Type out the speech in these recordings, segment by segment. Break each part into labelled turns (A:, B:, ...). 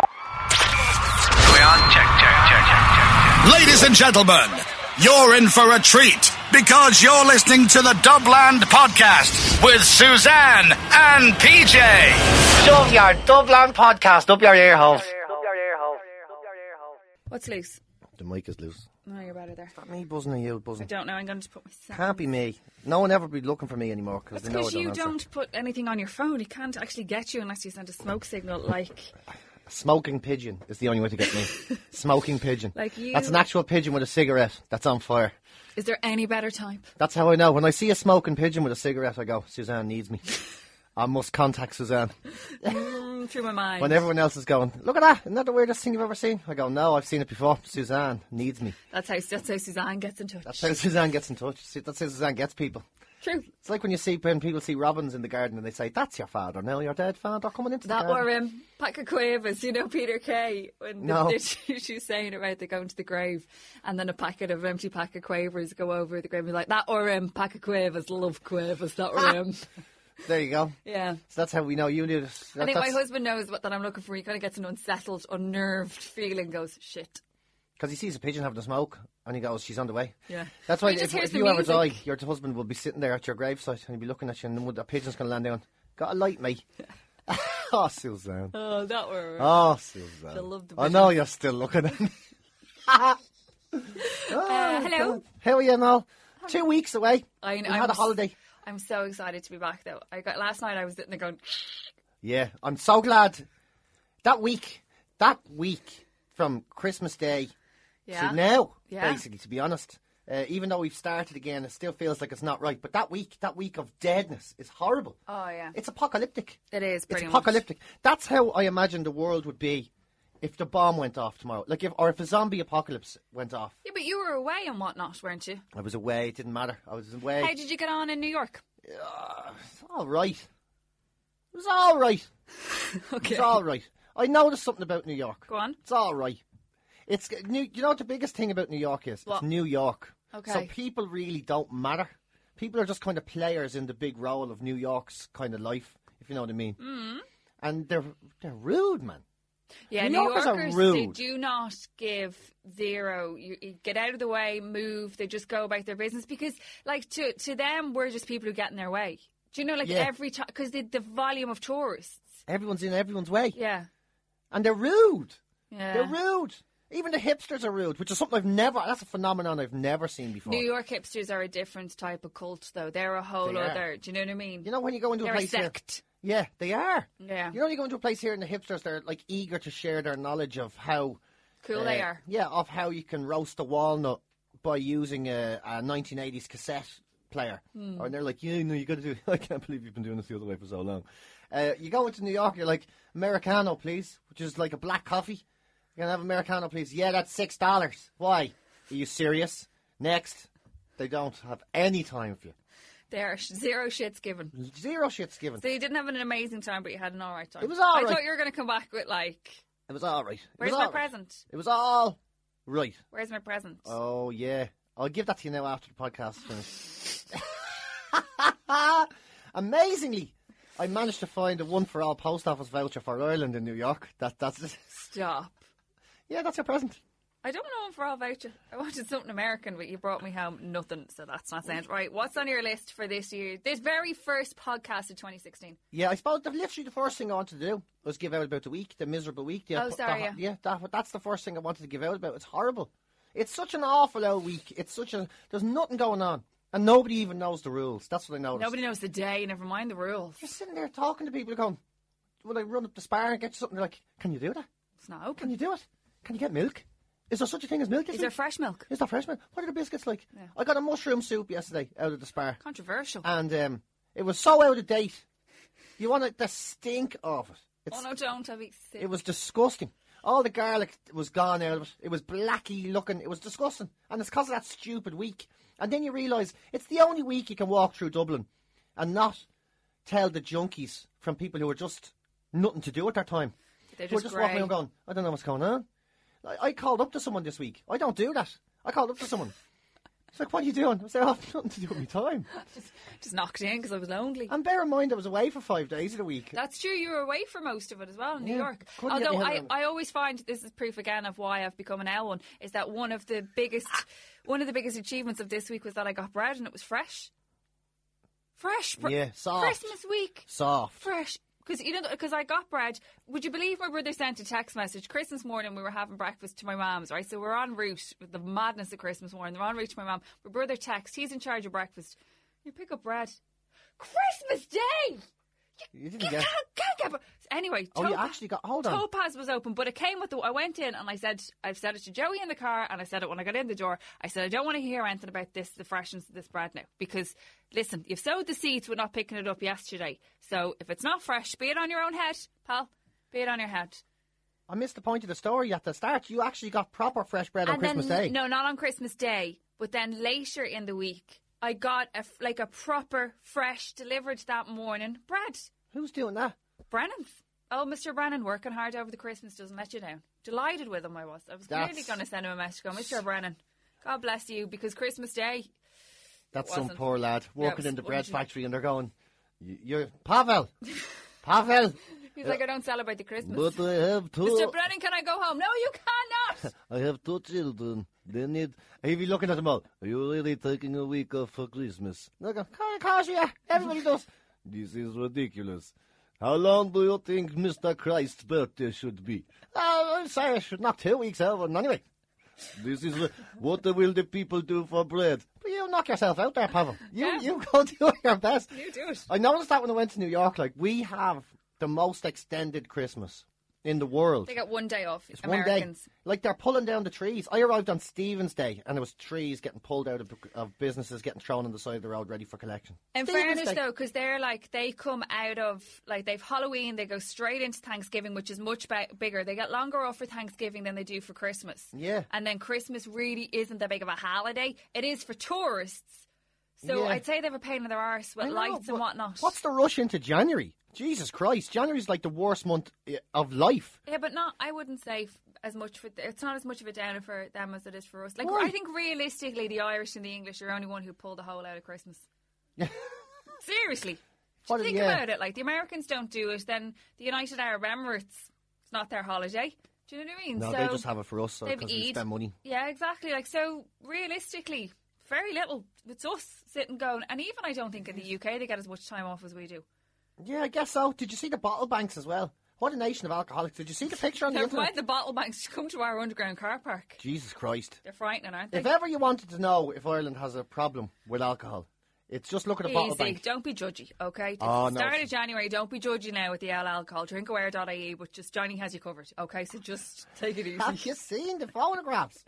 A: We're on check, check, check, check, check.
B: Ladies and gentlemen, you're in for a treat because you're listening to the Dubland Podcast with Suzanne and PJ.
C: Shove your Dublin podcast up your ear hole.
D: What's loose?
E: The mic is loose.
D: No, you're better there.
E: Me buzzing or you
D: I
E: buzzing?
D: don't know. I'm going to put my.
E: Can't be me. No one ever be looking for me anymore because
D: That's
E: they know I
D: because
E: don't
D: you
E: answer.
D: don't put anything on your phone. He can't actually get you unless you send a smoke signal. Like,
E: Smoking pigeon is the only way to get me. Smoking pigeon.
D: Like you-
E: That's an actual pigeon with a cigarette that's on fire.
D: is there any better time?
E: That's how I know. When I see a smoking pigeon with a cigarette, I go, Suzanne needs me. I must contact Suzanne.
D: Mm, through my mind.
E: When everyone else is going, look at that, isn't that the weirdest thing you've ever seen? I go, no, I've seen it before. Suzanne needs me.
D: That's how. That's how Suzanne gets in touch.
E: That's how Suzanne gets in touch. See, That's how Suzanne gets people.
D: True.
E: It's like when you see when people see robins in the garden and they say, "That's your father." Now your dead father coming into
D: That
E: the garden.
D: were um, Packer Quavers, you know Peter Kay, when
E: No.
D: the, she, she's saying about they going to the grave, and then a packet of empty Packer Quavers go over the grave. And be like that were um, Packer Quavers, love Quavers. That were um,
E: There you go.
D: yeah.
E: So that's how we know you knew this.
D: I
E: That-
D: think my
E: that's-
D: husband knows what that I'm looking for. He kind of gets an unsettled, unnerved feeling. and Goes shit.
E: Because he sees a pigeon having a smoke and he goes, she's on the way.
D: Yeah.
E: That's
D: Well,
E: why
D: he just
E: if,
D: hears
E: if
D: the
E: you ever die,
D: music.
E: your husband will be sitting there at your gravesite and he'll be looking at you and the pigeon's going to land down. Got a light, mate. oh, Suzanne.
D: Oh, that were.
E: Oh, Suzanne.
D: She'll love the
E: I know you're still looking at me.
D: Uh, hello.
E: How are you, Mel? Two weeks away.
D: I-
E: We
D: I'm
E: had a
D: s-
E: holiday.
D: I'm so excited to be back though. I got last night. I was sitting there going,
E: Yeah, I'm so glad. That week, that week from Christmas Day
D: yeah,
E: to now,
D: Yeah.
E: basically, to be honest. Uh, even though we've started again, it still feels like it's not right. But that week, that week of deadness is horrible.
D: Oh, yeah.
E: It's apocalyptic.
D: it is
E: It's
D: pretty much.
E: apocalyptic. That's how I imagine the world would be if the bomb went off tomorrow. Like if, or if a zombie apocalypse went off.
D: Yeah, but you were away and whatnot, weren't you?
E: I was away, it didn't matter. I was away.
D: How did you get on in New York?
E: It's all right. It was all right.
D: Okay,
E: It's all right. I noticed something about New York.
D: go on.
E: It's all right. It's new. You know what the biggest thing about New York is?
D: What?
E: It's New York. So
D: Okay.
E: people really don't matter. People are just kind of players in the big role of New York's kind of life, if you know what I mean. Mm.
D: Mm-hmm.
E: And they're they're rude, man.
D: Yeah,
E: New
D: New
E: Yorkers are
D: Yorkers, they
E: rude.
D: do not give zero. You, you get out of the way, move. They just go about their business because, like, to to them, we're just people who get in their way. Do you know, like,
E: Yeah.
D: every time because the, the volume of tourists.
E: Everyone's in everyone's way,
D: Yeah,
E: and they're rude.
D: yeah.
E: They're rude. Even the hipsters are rude, which is something I've never. That's a phenomenon I've never seen before.
D: New York hipsters are a different type of cult, though. They're a whole
E: They are.
D: other. Do you know what I mean?
E: You know when you go into
D: They're
E: a
D: a
E: place here.
D: sect.
E: Yeah, they are.
D: Yeah.
E: You know when you go into a place here, and the hipsters they're like eager to share their knowledge of how
D: Cool
E: uh,
D: they are.
E: Yeah, of how you can roast a walnut by using a, a 1980s cassette player.
D: Hmm.
E: Or they're like, yeah, no, you got to do. I can't believe you've been doing this the other way for so long. Uh, you go into New York, you're like Americano, please, which is like a black coffee. You can have Americano, please. Yeah, that's six dollars. Why? Are you serious? Next, they don't have any time for you.
D: They are sh- zero shits given.
E: Zero shits given.
D: So you didn't have an amazing time, but you had an all right time.
E: It was all
D: I
E: right.
D: thought you were going to come back with like,
E: It was all right. It
D: where's
E: was
D: my
E: all right.
D: present?
E: It was all right.
D: Where's my present?
E: Oh yeah, I'll give that to you now after the podcast. is finished. Amazingly, I managed to find a one for all post office voucher for Ireland in New York. That that's
D: Stop.
E: yeah, that's your present.
D: I don't know for all voucher. I wanted something American, but you brought me home nothing, so that's not sound right. What's on your list for this year? This very first podcast of 2016.
E: Yeah, I suppose the, literally the first thing I wanted to do was give out about the week, the miserable week. The,
D: Oh, sorry,
E: the- yeah, that, that's the first thing I wanted to give out about. It's horrible. It's such an awful old week. It's such a there's nothing going on, and nobody even knows the rules. That's what I noticed.
D: Nobody knows the day, never mind the rules.
E: You're sitting there talking to people, going, "Will I run up the spar and get you something?" They're like, "Can you do that?"
D: It's not open.
E: Can you do it? Can you get milk? Is there such a thing as milk?
D: Is there fresh milk?
E: Is there fresh milk? What are the biscuits like? I got a mushroom soup yesterday out of the spar,
D: Controversial.
E: and um, it was so out of date. You want it, the stink of it. It's,
D: oh no, don't. I'll be sick.
E: It was disgusting. All the garlic was gone out of it. It was blacky looking. It was disgusting. And it's because of that stupid week. And then you realise it's the only week you can walk through Dublin and not tell the junkies from people who are just nothing to do at their time.
D: They're
E: Who are
D: just
E: just walking
D: grey.
E: around going, I don't know what's going on. I, I called up to someone this week. I don't do that. I called up to someone. She's like, what are you doing? I said, oh, I've nothing to do with my time.
D: Just knocked in because I was lonely.
E: And bear in mind, I was away for five days of the week.
D: That's true. You were away for most of it as well in New
E: Yeah,
D: York.
E: couldn't get my
D: Although
E: head
D: I,
E: around it.
D: I always find this is proof again of why I've become an L one is that one of the biggest one of the biggest achievements of this week was that I got bread and it was fresh, fresh. Br-
E: Yeah, soft.
D: Christmas week,
E: Soft.
D: fresh. Because you know, because I got bread. Would you believe my brother sent a text message Christmas morning? We were having breakfast to my mum's, right? So we're en route with the madness of Christmas morning. They're en route to my mum. My brother texts. He's in charge of breakfast. You pick up bread. Christmas Day.
E: You
D: You
E: didn't get.
D: can't- can't get bre- Anyway,
E: Oh, you
D: Topaz-
E: actually got. Hold on.
D: Topaz was open, but it came with the. I went in and I said, I've said it to Joey in the car, and I said it when I got in the door. I said, I don't want to hear anything about this, the freshness of this bread now, because listen, you've sowed the seeds, we're not picking it up yesterday. So if it's not fresh, be it on your own head, pal, be it on your head.
E: I missed the point of the story at the start. You actually got proper fresh bread on
D: and
E: Christmas
D: then,
E: Day.
D: No, not on Christmas Day, but then later in the week, I got a, f- like a proper fresh delivered that morning bread.
E: Who's doing that?
D: Brennan's. Oh, Mr. Brennan, working hard over the Christmas doesn't let you down. Delighted with him, I was. I was
E: That's-
D: clearly going to send him a message going, Mr. Brennan, God bless you, because Christmas Day.
E: That's
D: It
E: some
D: wasn't.
E: poor lad working
D: was-
E: in the
D: wasn't
E: bread
D: she?
E: factory, and they're going, "Y- "You're Pavel, Pavel."
D: He's like, I don't celebrate the Christmas.
E: But I have
D: Mr.
E: two.
D: Brennan, can I go home? No, you cannot!
E: I have two children. They need. He'd be looking at them all. Are you really taking a week off for Christmas? Look, of course we are. Everybody does. This is ridiculous. How long do you think Mr. Christ's birthday should be? Oh, I'm sorry, I should not two weeks over. And Anyway, this is ri- what will the people do for bread? But you knock yourself out there, Pavel. You
D: Yeah.
E: you go do your best.
D: You do it.
E: I noticed that when I went to New York. Like we have the most extended Christmas in the world.
D: They got one day off,
E: It's
D: Americans.
E: one day. Like they're pulling down the trees. I arrived on Stephen's Day and there was trees getting pulled out of, of businesses getting thrown on the side of the road ready for collection.
D: In
E: Stephen's
D: fairness,
E: Day.
D: though, because they're like they come out of like they've Halloween, they go straight into Thanksgiving, which is much ba- bigger. They get longer off for Thanksgiving than they do for Christmas.
E: Yeah.
D: and then Christmas really isn't that big of a holiday. It is for tourists. So
E: Yeah.
D: I'd say they have a pain in their arse with
E: I know,
D: lights
E: but
D: and whatnot.
E: What's the rush into January? Jesus Christ, January's like the worst month eh, of life.
D: yeah, but not. I wouldn't say f- as much for. th- It's not as much of a downer for them as it is for us. Like
E: Why?
D: I think realistically, the Irish and the English are only one who pull the whole out of Christmas. Seriously.
E: What a-
D: Think
E: yeah.
D: about it. Like the Americans don't do it, then the United Arab Emirates, it's not their holiday. Do you know what I mean?
E: No,
D: so
E: they just have it for us
D: they've
E: because we
D: Eid.
E: spend money.
D: Yeah, exactly. Like so, realistically, very little. It's us sitting going, and even I don't think in the UK they get as much time off as we do.
E: Yeah, I guess so. Did you see the bottle banks as well? What a nation of alcoholics. Did you see the picture on the
D: Never
E: internet?
D: mind the bottle banks. Come to our underground car park.
E: Jesus Christ.
D: They're frightening, aren't they?
E: If ever you wanted to know if Ireland has a problem with alcohol, it's just look at a bottle
D: Easy.
E: bank.
D: Don't be judgy, okay? It's
E: Oh,
D: the
E: no,
D: start
E: it's-
D: of January. Don't be judgy now with the L alcohol. Drinkaware.ie, E, but just Johnny has you covered, okay? So just take it easy.
E: Have you seen the photographs?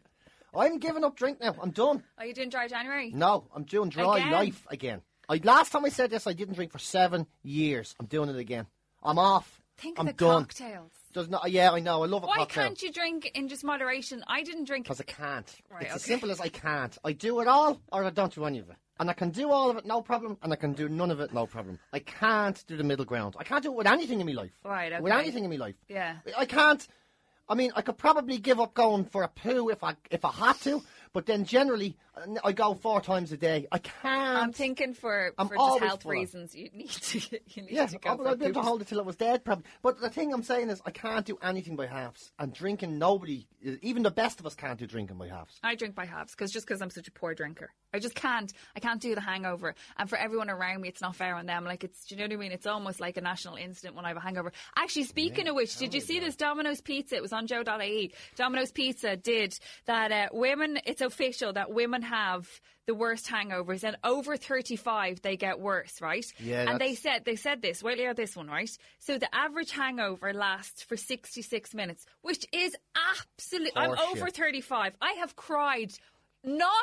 E: I'm giving up drink now. I'm done.
D: Are you doing dry January?
E: No, I'm doing dry
D: Again?
E: life again. I, last time I said this, I didn't drink for seven years. I'm doing it again. I'm off.
D: Think
E: I'm
D: of the
E: done.
D: cocktails.
E: Does not, yeah, I know. I love a
D: Why
E: cocktail.
D: can't you drink in just moderation? I didn't drink.
E: Because I can't.
D: Right,
E: it's as
D: okay.
E: simple as I can't. I do it all or I don't do any of it. And I can do all of it, no problem, and I can do none of it, no problem. I can't do the middle ground. I can't do it with anything in my life.
D: Right,
E: With
D: okay.
E: anything in my life.
D: Yeah.
E: I can't. I mean, I could probably give up going for a poo if I if I had to, but then generally uh, I go four times a day. I can't.
D: I'm thinking for,
E: I'm
D: for just
E: always
D: health
E: full on.
D: reasons, you need to you need
E: Yeah, oh,
D: to go
E: I would
D: for
E: I'd be able to
D: poops.
E: hold it till it was dead, probably. But the thing I'm saying is, I can't do anything by halves. And drinking, nobody, even the best of us, can't do drinking by halves.
D: I drink by halves because just because I'm such a poor drinker, I just can't. I can't do the hangover, and for everyone around me, it's not fair on them. Like it's, do you know what I mean? It's almost like a national incident when I have a hangover. Actually, speaking of which, did you see this Domino's Pizza? It was on Joe.ie. Domino's Pizza did that. Uh, women, it's official that women have the worst hangovers, and over 35 they get worse, right?
E: Yeah,
D: and they
E: that's-
D: said they said this. Wait, hear this one, right? So the average hangover lasts for 66 minutes, which is absolute. I'm
E: Horseshit.
D: over 35. I have cried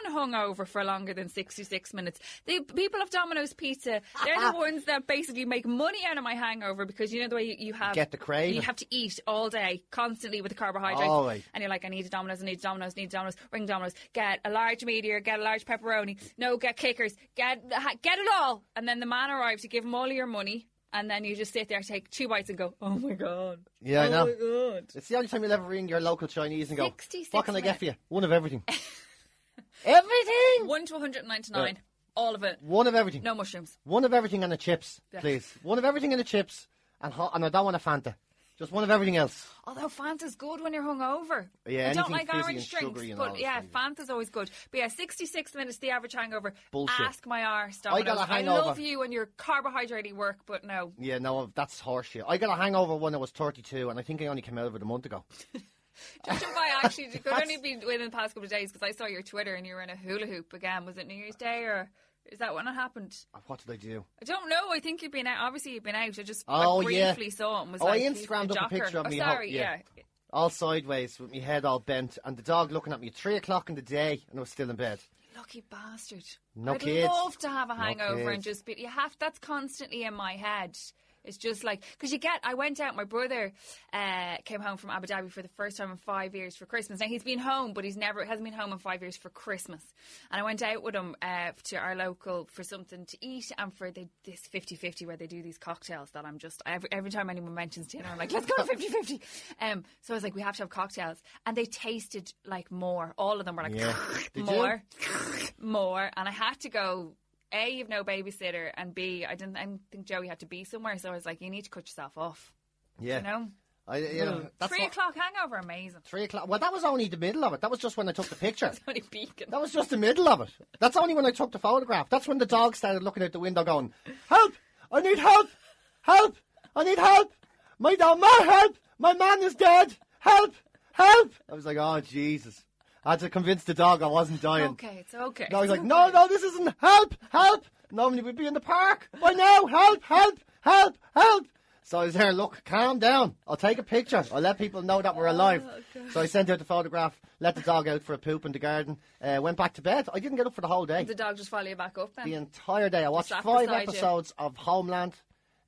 D: non-hungover for longer than 66 minutes. The people of Domino's Pizza, they're the ones that basically make money out of my hangover because you know the way you, you have
E: Get the craving.
D: You have to eat all day constantly with the carbohydrates,
E: Oh, right.
D: and you're like, I need a Domino's, I need a Domino's, I need a Domino's, ring Domino's, get a large meteor, get a large pepperoni, no, get kickers, get ha- get it all, and then the man arrives, you give him all of your money. And then you just sit there, take two bites, and go, "Oh my god!
E: Yeah, I
D: oh
E: know.
D: my god!"
E: It's the only time you'll ever ring your local Chinese and go,
D: 66
E: What can I
D: minutes.
E: get for you? One of everything. everything!
D: One to 199. All of it.
E: One of everything.
D: No mushrooms.
E: One of everything and the chips,
D: Yeah.
E: please. One of everything and the chips, and, ho- and I don't want a Fanta. Just one of everything else.
D: Although Fanta's good when you're hungover.
E: Yeah,
D: I don't
E: anything
D: like
E: fizzy
D: orange
E: and
D: drinks,
E: sugary and all
D: but
E: that
D: yeah,
E: stuff,
D: Fanta's always good. But yeah, 66 minutes the average hangover.
E: Bullshit.
D: Ask my arse.
E: I got a
D: Domino's.
E: hangover.
D: I love you and your carbohydrate work, but no.
E: Yeah, no, that's horseshit. I got a hangover when I was 32, and I think I only came out of it a month ago.
D: Judging by actually, it could only be within the past couple of days because I saw your Twitter and you were in a hula hoop again. Was it New Year's Day or is that when it happened?
E: What did I do?
D: I don't know. I think you've been out. Obviously, you've been out. I just
E: Oh,
D: I
E: yeah.
D: briefly saw it and was
E: Oh, I
D: like, he's
E: Instagrammed
D: the
E: up a
D: jocker.
E: picture of
D: oh,
E: me, how-
D: Sorry,
E: yeah.
D: yeah.
E: All sideways, with my head all bent, and the dog looking at me at 3 o'clock in the day, and I was still in bed.
D: Lucky bastard.
E: No
D: I'd
E: kids.
D: love to have a
E: No
D: hangover and
E: kids.
D: just be. You have that's constantly in my head. It's just like because you get. I went out. My brother uh, came home from Abu Dhabi for the first time in five years for Christmas. Now he's been home, but he's never hasn't been home in five years for Christmas. And I went out with him uh, to our local for something to eat and for the, this 50-50 where they do these cocktails that I'm just every, every time anyone mentions dinner, I'm like, let's go 50-50. Um, so I was like, we have to have cocktails, and they tasted like more. All of them were like
E: Yeah. Did you?
D: more more, and I had to go. A, you've no babysitter, and B, I didn't. I didn't think Joey had to be somewhere, so I was like, you need to cut yourself off.
E: Yeah.
D: You know,
E: I, you know that's
D: three
E: what-
D: o'clock hangover, amazing.
E: Three o'clock. Well, that was only the middle of it. That was just when I took the picture.
D: Tony Beacon.
E: That was just the middle of it. That's only when I took the photograph. That's when the dog started looking out the window going, Help! I need help! Help! I need help! My dog, my help! My man is dead! Help! Help! I was like, oh, Jesus. I had to convince the dog I wasn't dying.
D: Okay, it's okay.
E: No, he's
D: It's
E: like, no,
D: okay.
E: no, this isn't help, help. Normally we'd be in the park by now. Help, help, help, help. So I was there, look, calm down. I'll take a picture. I'll let people know that we're alive.
D: Oh,
E: so I sent out the photograph, let the dog out for a poop in the garden, uh, went back to bed. I didn't get up for the whole day.
D: The dog just follow you back up
E: The
D: then.
E: entire day. I watched
D: sat
E: five
D: beside Um, you.
E: episodes of Homeland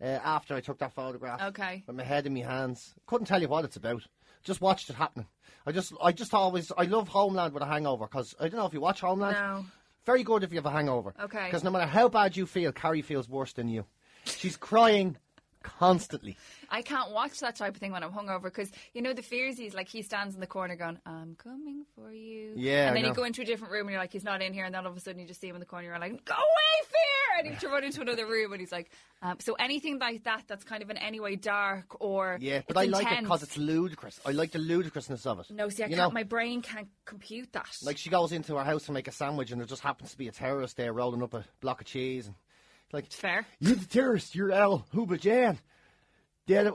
E: uh, after I took that photograph.
D: Okay.
E: With my head in my hands. Couldn't tell you what it's about. Just watched it happening. I just, I just always, I love Homeland with a hangover because I don't know if you watch Homeland.
D: No.
E: Very good if you have a hangover.
D: Okay.
E: Because no matter how bad you feel, Carrie feels worse than you. She's crying constantly.
D: I can't watch that type of thing when I'm hungover because you know the fears. He's like he stands in the corner going, "I'm coming for you."
E: Yeah, I
D: and then
E: know.
D: you go into a different room and you're like, "He's not in here," and then all of a sudden you just see him in the corner. You're like, "Go away, fear!" And you have to run into another room, and he's like, um, "So anything like that, that's kind of in any way dark or
E: Yeah, but
D: it's
E: I like it
D: intense.
E: because it's ludicrous. I like the ludicrousness of it.
D: no, see, I
E: you
D: can't.
E: know?
D: My brain can't compute that.
E: Like she goes into her house to make a sandwich, and there just happens to be a terrorist there rolling up a block of cheese, and like
D: fair.
E: You're the terrorist. You're Al Huba Jan. Dad,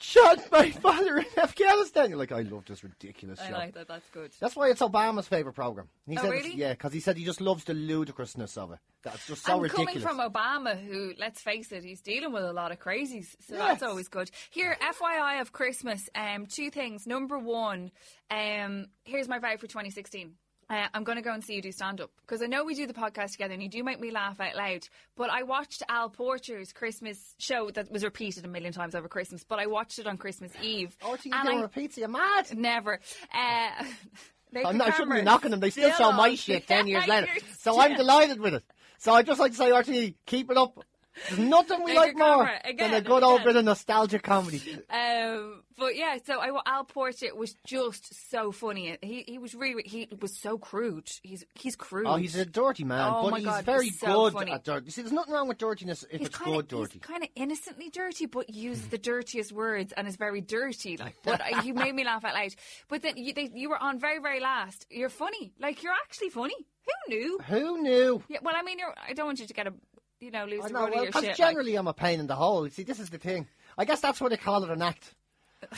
E: shot my father in Afghanistan. You're like, I love this ridiculous
D: I
E: show.
D: like that. That's good.
E: That's why it's Obama's favorite program. He
D: Oh,
E: said, it's-
D: really?
E: yeah, because he said he just loves the ludicrousness of it. That's just so
D: and
E: ridiculous.
D: coming from Obama, who, let's face it, he's dealing with a lot of crazies, so
E: Yes.
D: that's always good. Here, FYI of Christmas, um, two things. Number one, um, here's my vow for 2016. Uh, I'm going to go and see you do stand up because I know we do the podcast together and you do make me laugh out loud. But I watched Al Porter's Christmas show that was repeated a million times over Christmas, but I watched it on Christmas Eve.
E: oh, you
D: and
E: doing
D: I-
E: a pizza? You're mad.
D: Never. Uh,
E: I'm not, I shouldn't be knocking them. They still show my shit 10 years later. So I'm delighted with it. So I'd just like to say, RTE, keep it up. There's nothing we
D: Make
E: like
D: your camera
E: more
D: again
E: than a
D: and
E: good old
D: again.
E: bit of nostalgic comedy.
D: Um, but yeah, so I, Al Portrait was just so funny. He he was really he was so crude. He's he's crude.
E: Oh, he's a dirty man,
D: Oh
E: but
D: my
E: he's
D: God,
E: very
D: he's so
E: good
D: funny.
E: at dirty. You see, there's nothing wrong with dirtiness if
D: He's
E: it's
D: kinda,
E: good dirty.
D: He's kind of innocently dirty, but uses the dirtiest words and is very dirty. Like, but I- he made me laugh out loud. But then you, they, you were on very, very last. You're funny. Like you're actually funny. Who knew?
E: Who knew?
D: Yeah. Well, I mean, you're, I don't want you to get a, you know, lose
E: I
D: the
E: know,
D: road of
E: well,
D: your
E: 'cause
D: shit. like-
E: generally I'm a pain in the hole. You See, this is the thing. I guess that's what they call it an act.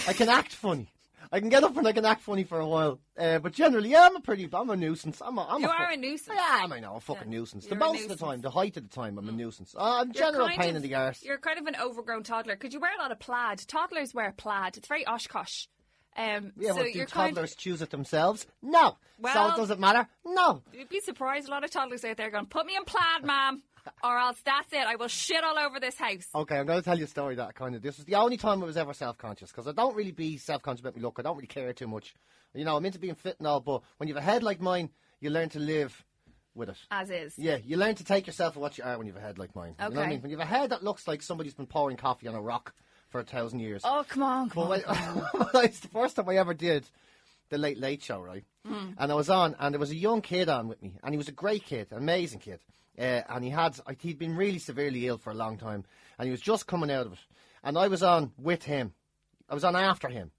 E: I can act funny. I can get up and I can act funny for a while. Uh, but generally, yeah, I'm a pretty, I'm a nuisance. I'm a, I'm
D: You
E: a
D: are
E: fu-
D: a nuisance.
E: I am, I know, a fucking nuisance. The
D: you're a
E: most of the
D: nuisance. Mm.
E: time, the height of the time, I'm a nuisance. Uh, I'm
D: You're
E: general
D: kind
E: pain
D: of-
E: in the arse.
D: You're kind of an overgrown toddler because you wear a lot of plaid. Toddlers wear plaid. It's very Oshkosh. Um,
E: Yeah,
D: so
E: but do
D: you're kind
E: toddlers choose it themselves? No. so
D: Well-
E: it doesn't matter? No.
D: You'd be surprised. A lot of toddlers out there going, "Put me in plaid, ma'am, or else that's it. I will shit all over this house."
E: Okay, I'm going to tell you a story that kind of. This is the only time I was ever self conscious because I don't really be self conscious about my look. I don't really care too much. You know, I'm into being fit and all, but when you have a head like mine, you learn to live with it.
D: As is.
E: Yeah, you learn to take yourself for what you are when you have a head like mine. You know what I
D: Okay.
E: mean? When you have a head that looks like somebody's been pouring coffee on a rock for a thousand years.
D: Oh come on, come
E: But
D: on.
E: when, when it's the first time I ever did the Late Late Show, right?
D: Hmm.
E: And I was on, and there was a young kid on with me, and he was a great kid, amazing kid. Uh, and he had, like, he'd been really severely ill for a long time, and he was just coming out of it. And I was on with him, I was on after him.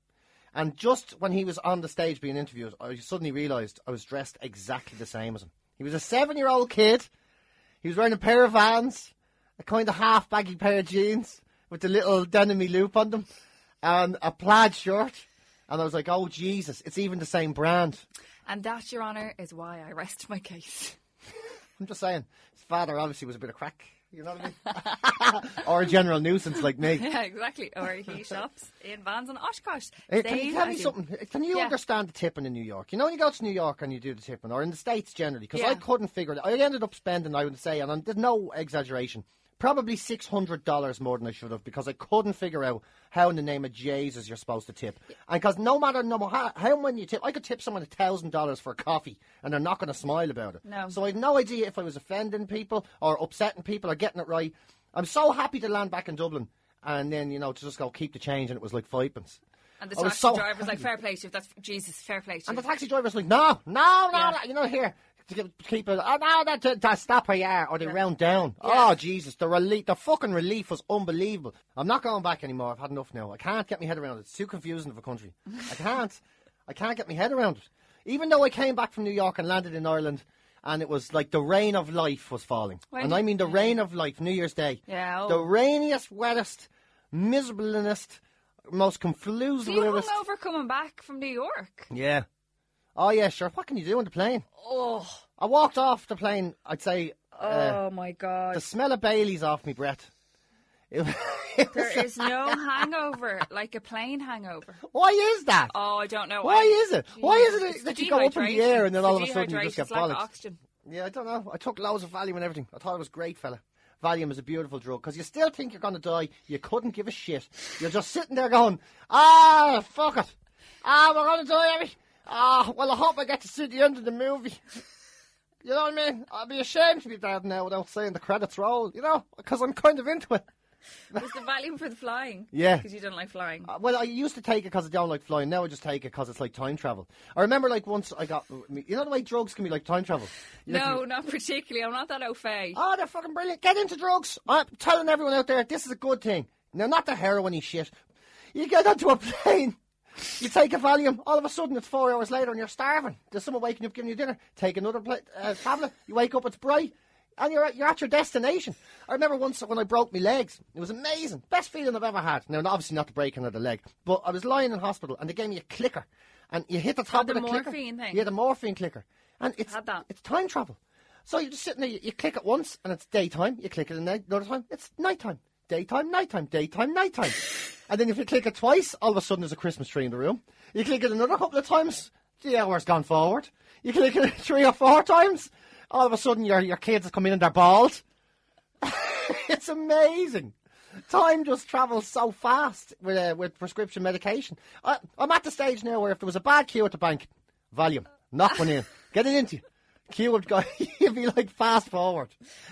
E: And just when he was on the stage being interviewed, I suddenly realised I was dressed exactly the same as him. He was a seven year old kid, he was wearing a pair of vans, a kind of half baggy pair of jeans with the little denim loop on them, and a plaid shirt. And I was like, oh, Jesus, it's even the same brand.
D: And that, Your Honour, is why I rest my case.
E: I'm just saying, his father obviously was a bit of crack. You know what I mean? or a general nuisance like me.
D: Yeah, exactly. Or he shops in vans and Oshkosh.
E: Hey, Uh, can
D: Same
E: you tell
D: as
E: me something? Uh, Can you
D: Yeah.
E: understand the tipping in New York? You know when you go to New York and you do the tipping, or in the States generally, because I
D: Yeah.
E: couldn't figure it out. I ended up spending, I would say, and I'm- there's no exaggeration, probably $600 more than I should have because I couldn't figure out how in the name of Jesus you're supposed to tip. And because no matter no, how, how when you tip, I could tip someone $1,000 for a coffee and they're not going to smile about it.
D: No.
E: So I had no idea if I was offending people or upsetting people or getting it right. I'm so happy to land back in Dublin. And then, you know, to just go keep the change, and it was like fivepence.
D: And the
E: I was
D: taxi
E: Oh, so
D: driver's like, fair play to you. That's Jesus, fair play to
E: And
D: you.
E: the taxi driver's like, no, no, no,
D: Yeah.
E: no, you know, here. To get- to keep it. Oh, no, that, that, that stop where you are, or they round down.
D: Yeah.
E: Oh, Jesus, the relief, the fucking relief was unbelievable. I'm not going back anymore. I've had enough now. I can't get my head around it. It's too confusing of a country. I can't. I can't get my head around it. Even though I came back from New York and landed in Ireland, and it was like the rain of life was falling.
D: Where
E: and
D: did-
E: I mean the rain of life, New Year's Day.
D: Yeah, oh.
E: The rainiest, wettest, miserablest, most confused
D: Do you hungover coming back from New York?
E: yeah. Oh yeah, sure. What can you do on the plane?
D: Oh,
E: I walked off the plane. I'd say uh,
D: oh my God.
E: the smell of Bailey's off me breath. It-
D: There is no hangover like a plane hangover.
E: Why is that?
D: Oh, I don't know.
E: Why
D: I-
E: is it? Why is it
D: It's
E: that
D: the
E: you go up in the air and then
D: dehydration.
E: all of a
D: It's the
E: sudden you just
D: dehydration.
E: get
D: It's lack of
E: bollocks?
D: oxygen.
E: Yeah, I don't know. I took loads of Valium and everything. I thought it was great, fella. Valium is a beautiful drug because you still think you're going to die. You couldn't give a shit. You're just sitting there going, ah, fuck it. Ah, we're going to die, Abby. Ah, well, I hope I get to see the end of the movie. You know what I mean? I'd be ashamed to be dead now without seeing the credits roll, you know, because I'm kind of into it.
D: Was the volume for the flying?
E: Yeah.
D: Because you don't like flying.
E: Uh, Well, I used to take it because I don't like flying. Now I just take it because it's like time travel. I remember, like, once I got. You know the way drugs can be like time travel? You know,
D: no, not particularly. I'm not that au fait.
E: Oh, they're fucking brilliant. Get into drugs. I'm telling everyone out there, this is a good thing. Now, not the heroin y shit. You get onto a plane, you take a Valium, all of a sudden it's four hours later and you're starving. There's someone waking you up giving you dinner. Take another pla- uh, tablet, you wake up, it's bright, and you're at, you're at your destination. I remember once when I broke my legs. It was amazing. Best feeling I've ever had. Now, obviously not the breaking of the leg, but I was lying in hospital and they gave me a clicker. And you hit the top
D: the
E: of the clicker.
D: morphine thing.
E: Yeah, the morphine clicker. And it's,
D: Had that.
E: it's time travel. So you're just sitting there, you, you click it once and it's daytime, you click it ano- another time, it's nighttime. Daytime, nighttime, daytime, nighttime. and then if you click it twice, all of a sudden there's a Christmas tree in the room. You click it another couple of times, the hour's gone forward. You click it three or four times, all of a sudden your, your kids come in and they're bald. it's amazing. Time just travels so fast with, uh, with prescription medication. I, I'm at the stage now where if there was a bad queue at the bank, Valium, knock one in, get it into you. Queue would go, you'd be like fast forward.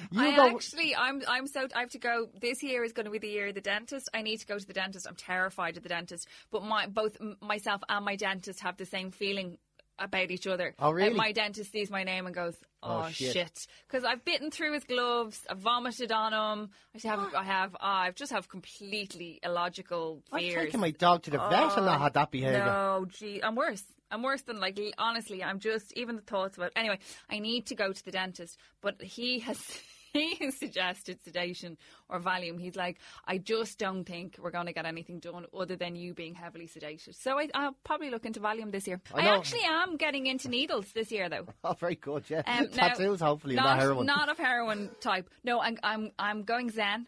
E: You
D: I
E: go,
D: actually, I'm, I'm so. I have to go. This year is going to be the year of the dentist. I need to go to the dentist. I'm terrified of the dentist. But my both m- myself and my dentist have the same feeling about each other.
E: Oh, really?
D: Like, my dentist sees my name and goes, "Oh,
E: Oh, shit."
D: shit," because I've bitten through his gloves. I've vomited on him. I have. I have. ah, I've just have completely illogical
E: I'm
D: fears.
E: taking my dog to the vet and I had that behaviour.
D: Oh, No, gee, I'm worse. I'm worse than like l- honestly. I'm just even the thoughts about. Anyway, I need to go to the dentist, but he has he has suggested sedation or Valium. He's like, I just don't think we're going to get anything done other than you being heavily sedated. So I, I'll probably look into Valium this year.
E: I
D: I,
E: know.
D: actually am getting into needles this year though.
E: Oh, very good, yeah.
D: Um, now,
E: Tattoos, hopefully,
D: not,
E: not, heroin.
D: Not of heroin type. No, I'm I'm I'm going Zen.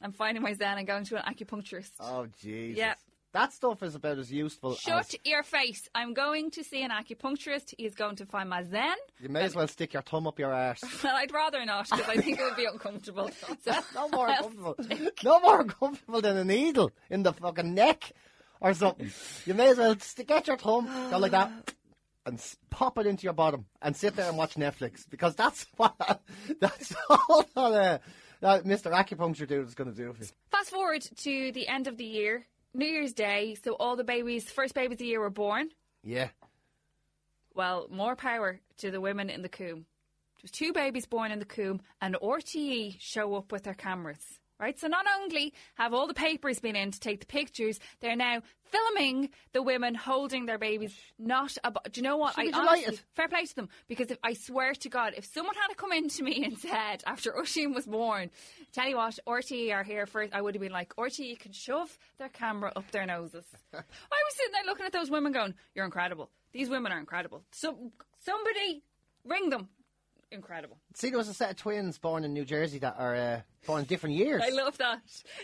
D: I'm finding my Zen and going to an acupuncturist.
E: Oh, Jesus.
D: Yeah,
E: That stuff is about as useful
D: Shut
E: as.
D: your face. I'm going to see an acupuncturist. He's going to find my zen.
E: You may as well stick your thumb up your arse.
D: Well, I'd rather not because I think it would be uncomfortable. So,
E: No more comfortable. No more comfortable than a needle in the fucking neck or something. You may as well st- get your thumb, go like that, and s- pop it into your bottom and sit there and watch Netflix because that's what that's all that, uh, that Mr. Acupuncture dude is going to do for you.
D: fast forward to the end of the year, New Year's Day. So all the babies, first babies of the year, were born.
E: Yeah.
D: Well, more power to the women in the coombe. There was two babies born in the coombe, and RTE show up with their cameras. Right, so not only have all the papers been in to take the pictures, they're now filming the women holding their babies. Not about. Do you know what?
E: Should be
D: honestly-
E: delighted.
D: fair play to them because if I swear to God, if someone had come in to me and said after Usheen was born, tell you what, RTE are here first, I would have been like, RTE can shove their camera up their noses. I was sitting there looking at those women, going, "You're incredible. These women are incredible. So somebody ring them." Incredible.
E: See, there was a set of twins born in New Jersey that are uh, born in different years.
D: I love that.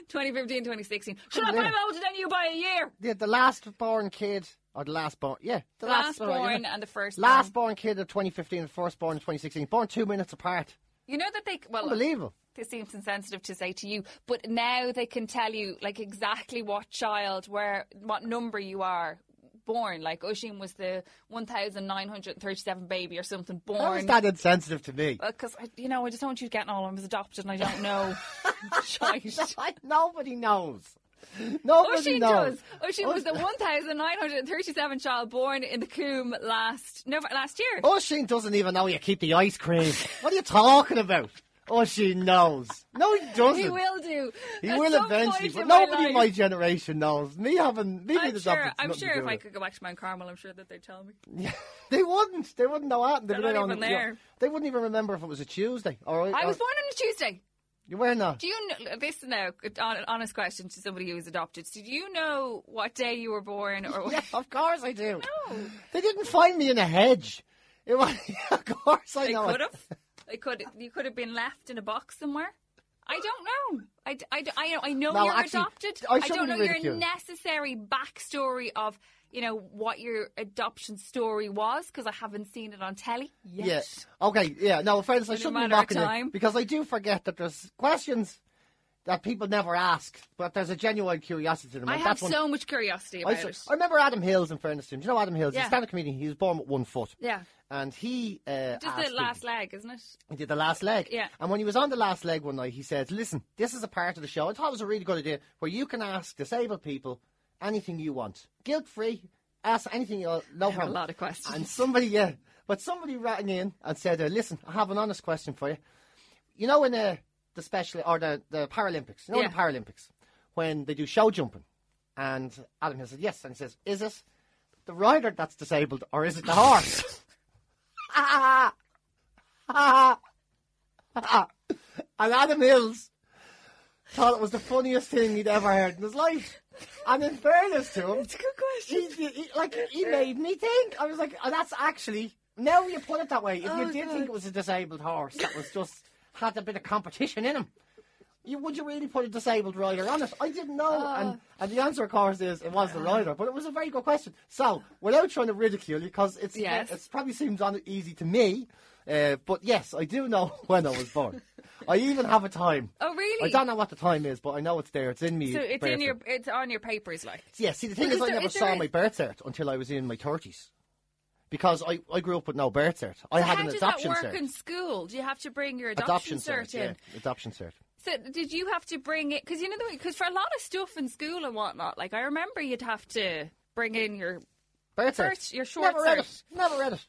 D: 2015, 2016. Shut up,
E: Yeah.
D: I'm older than you by a year.
E: the, the last born kid, or the last born, yeah, the
D: Last
E: last,
D: born and the first.
E: Last born kid of 2015 and first born of 2016, born two minutes apart.
D: You know that they. Well,
E: Unbelievable.
D: this seems insensitive to say to you, but now they can tell you like exactly what child, where, what number you are born. Like Usheen was the one thousand nine hundred thirty-seven baby or something
E: How is
D: born.
E: that insensitive to me?
D: Because you know, I just don't want you getting all. I was adopted, and I don't know. Shite.
E: Like, nobody knows. Nobody
D: Usheen
E: knows.
D: does. Usheen was the one thousand nine hundred thirty-seven child born in the Coombe last Nov last year.
E: Usheen doesn't even know you keep the ice cream. what are you talking about? Usheen knows. No, he doesn't.
D: He will do.
E: He
D: At
E: will
D: some
E: eventually,
D: point
E: but
D: in my
E: nobody
D: life.
E: in my generation knows. Me having, me
D: I'm
E: being
D: sure.
E: adopted,
D: I'm
E: nothing to
D: sure
E: do
D: if
E: with
D: I
E: it.
D: could go back to Mount Carmel, I'm sure that they'd tell me.
E: they wouldn't. They wouldn't know what happened. They'd
D: They're
E: be
D: not
E: on-
D: even there.
E: They wouldn't even remember if it was a Tuesday. Or,
D: I
E: or-
D: was born on a Tuesday.
E: You uh, were not.
D: Do you know this now? hon- Honest question to somebody who was adopted. Did you know what day you were born or what?
E: Yeah, of course I do. No. They didn't find me in a hedge. It was, of course I
D: they
E: know. it.
D: could have? They could. You could have been left in a box somewhere. I don't know. I, d- I d- I know- I know
E: No,
D: you're
E: actually,
D: adopted.
E: I
D: don't
E: shouldn't
D: know
E: be
D: your
E: ridiculed.
D: necessary backstory of you know what your adoption story was because I haven't seen it on telly yet.
E: Yeah. Okay. Yeah. No, friends, I
D: Only a
E: shouldn't be
D: matter of
E: mocking
D: time.
E: you because I do forget that there's questions that people never ask, but there's a genuine curiosity to them.
D: I
E: and
D: have
E: that's one-
D: so much curiosity
E: I,
D: about
E: s-
D: it.
E: I remember Adam Hills. In fairness to him, do you know Adam Hills? He's
D: Yeah.
E: a stand-up comedian. He was born with one foot.
D: Yeah.
E: And he uh,
D: Just
E: asked
D: the last
E: people-
D: leg, isn't it?
E: he did the last leg.
D: Yeah.
E: And when he was on the last leg one night, he said, "Listen, this is a part of the show. I thought it was a really good idea where you can ask disabled people anything you want, guilt-free. Ask anything you no
D: I have a
E: problem."
D: lot of questions.
E: And somebody, yeah, but somebody rang in and said, uh, "Listen, I have an honest question for you. You know, in uh, the special or the, the Paralympics, you know, in the
D: Yeah.
E: Paralympics, when they do show jumping, and Adam Hill said yes, and he says, is it the rider that's disabled or is it the horse?" Ah, ah, ah. and Adam Hills thought it was the funniest thing he'd ever heard in his life. And in fairness to him,
D: Good question.
E: he, he, he- like he made me think. I was like, oh, that's actually now you put it that way. If
D: Oh,
E: you did think it was a disabled horse that was just had a bit of competition in him, you would you really put a disabled rider on it? I didn't know,
D: Oh.
E: and and the answer, of course, is it was the rider. But it was a very good question. So without trying to ridicule you, because it's
D: Yes.
E: it's probably seems un- easy to me. Uh, but yes, I do know when I was born. I even have a time.
D: Oh, really?
E: I don't know what the time is, but I know it's there. It's in me.
D: So it's in
E: birthday.
D: your, it's on your papers, like.
E: Yeah, see, the thing
D: Because
E: is, I
D: there-
E: never
D: is there
E: saw
D: a-
E: my birth cert until I was in my 30s. Because I, I grew up with no birth cert. I had
D: How
E: an
D: does
E: adoption
D: that work
E: cert.
D: in school? Do you have to bring your adoption, cert, in?
E: yeah. Adoption cert.
D: So did you have to bring it? Because you know, because for a lot of stuff in school and whatnot, like I remember you'd have to bring in your.
E: Birth cert.
D: Cert, your short
E: Never read
D: cert.
E: it. Never read it.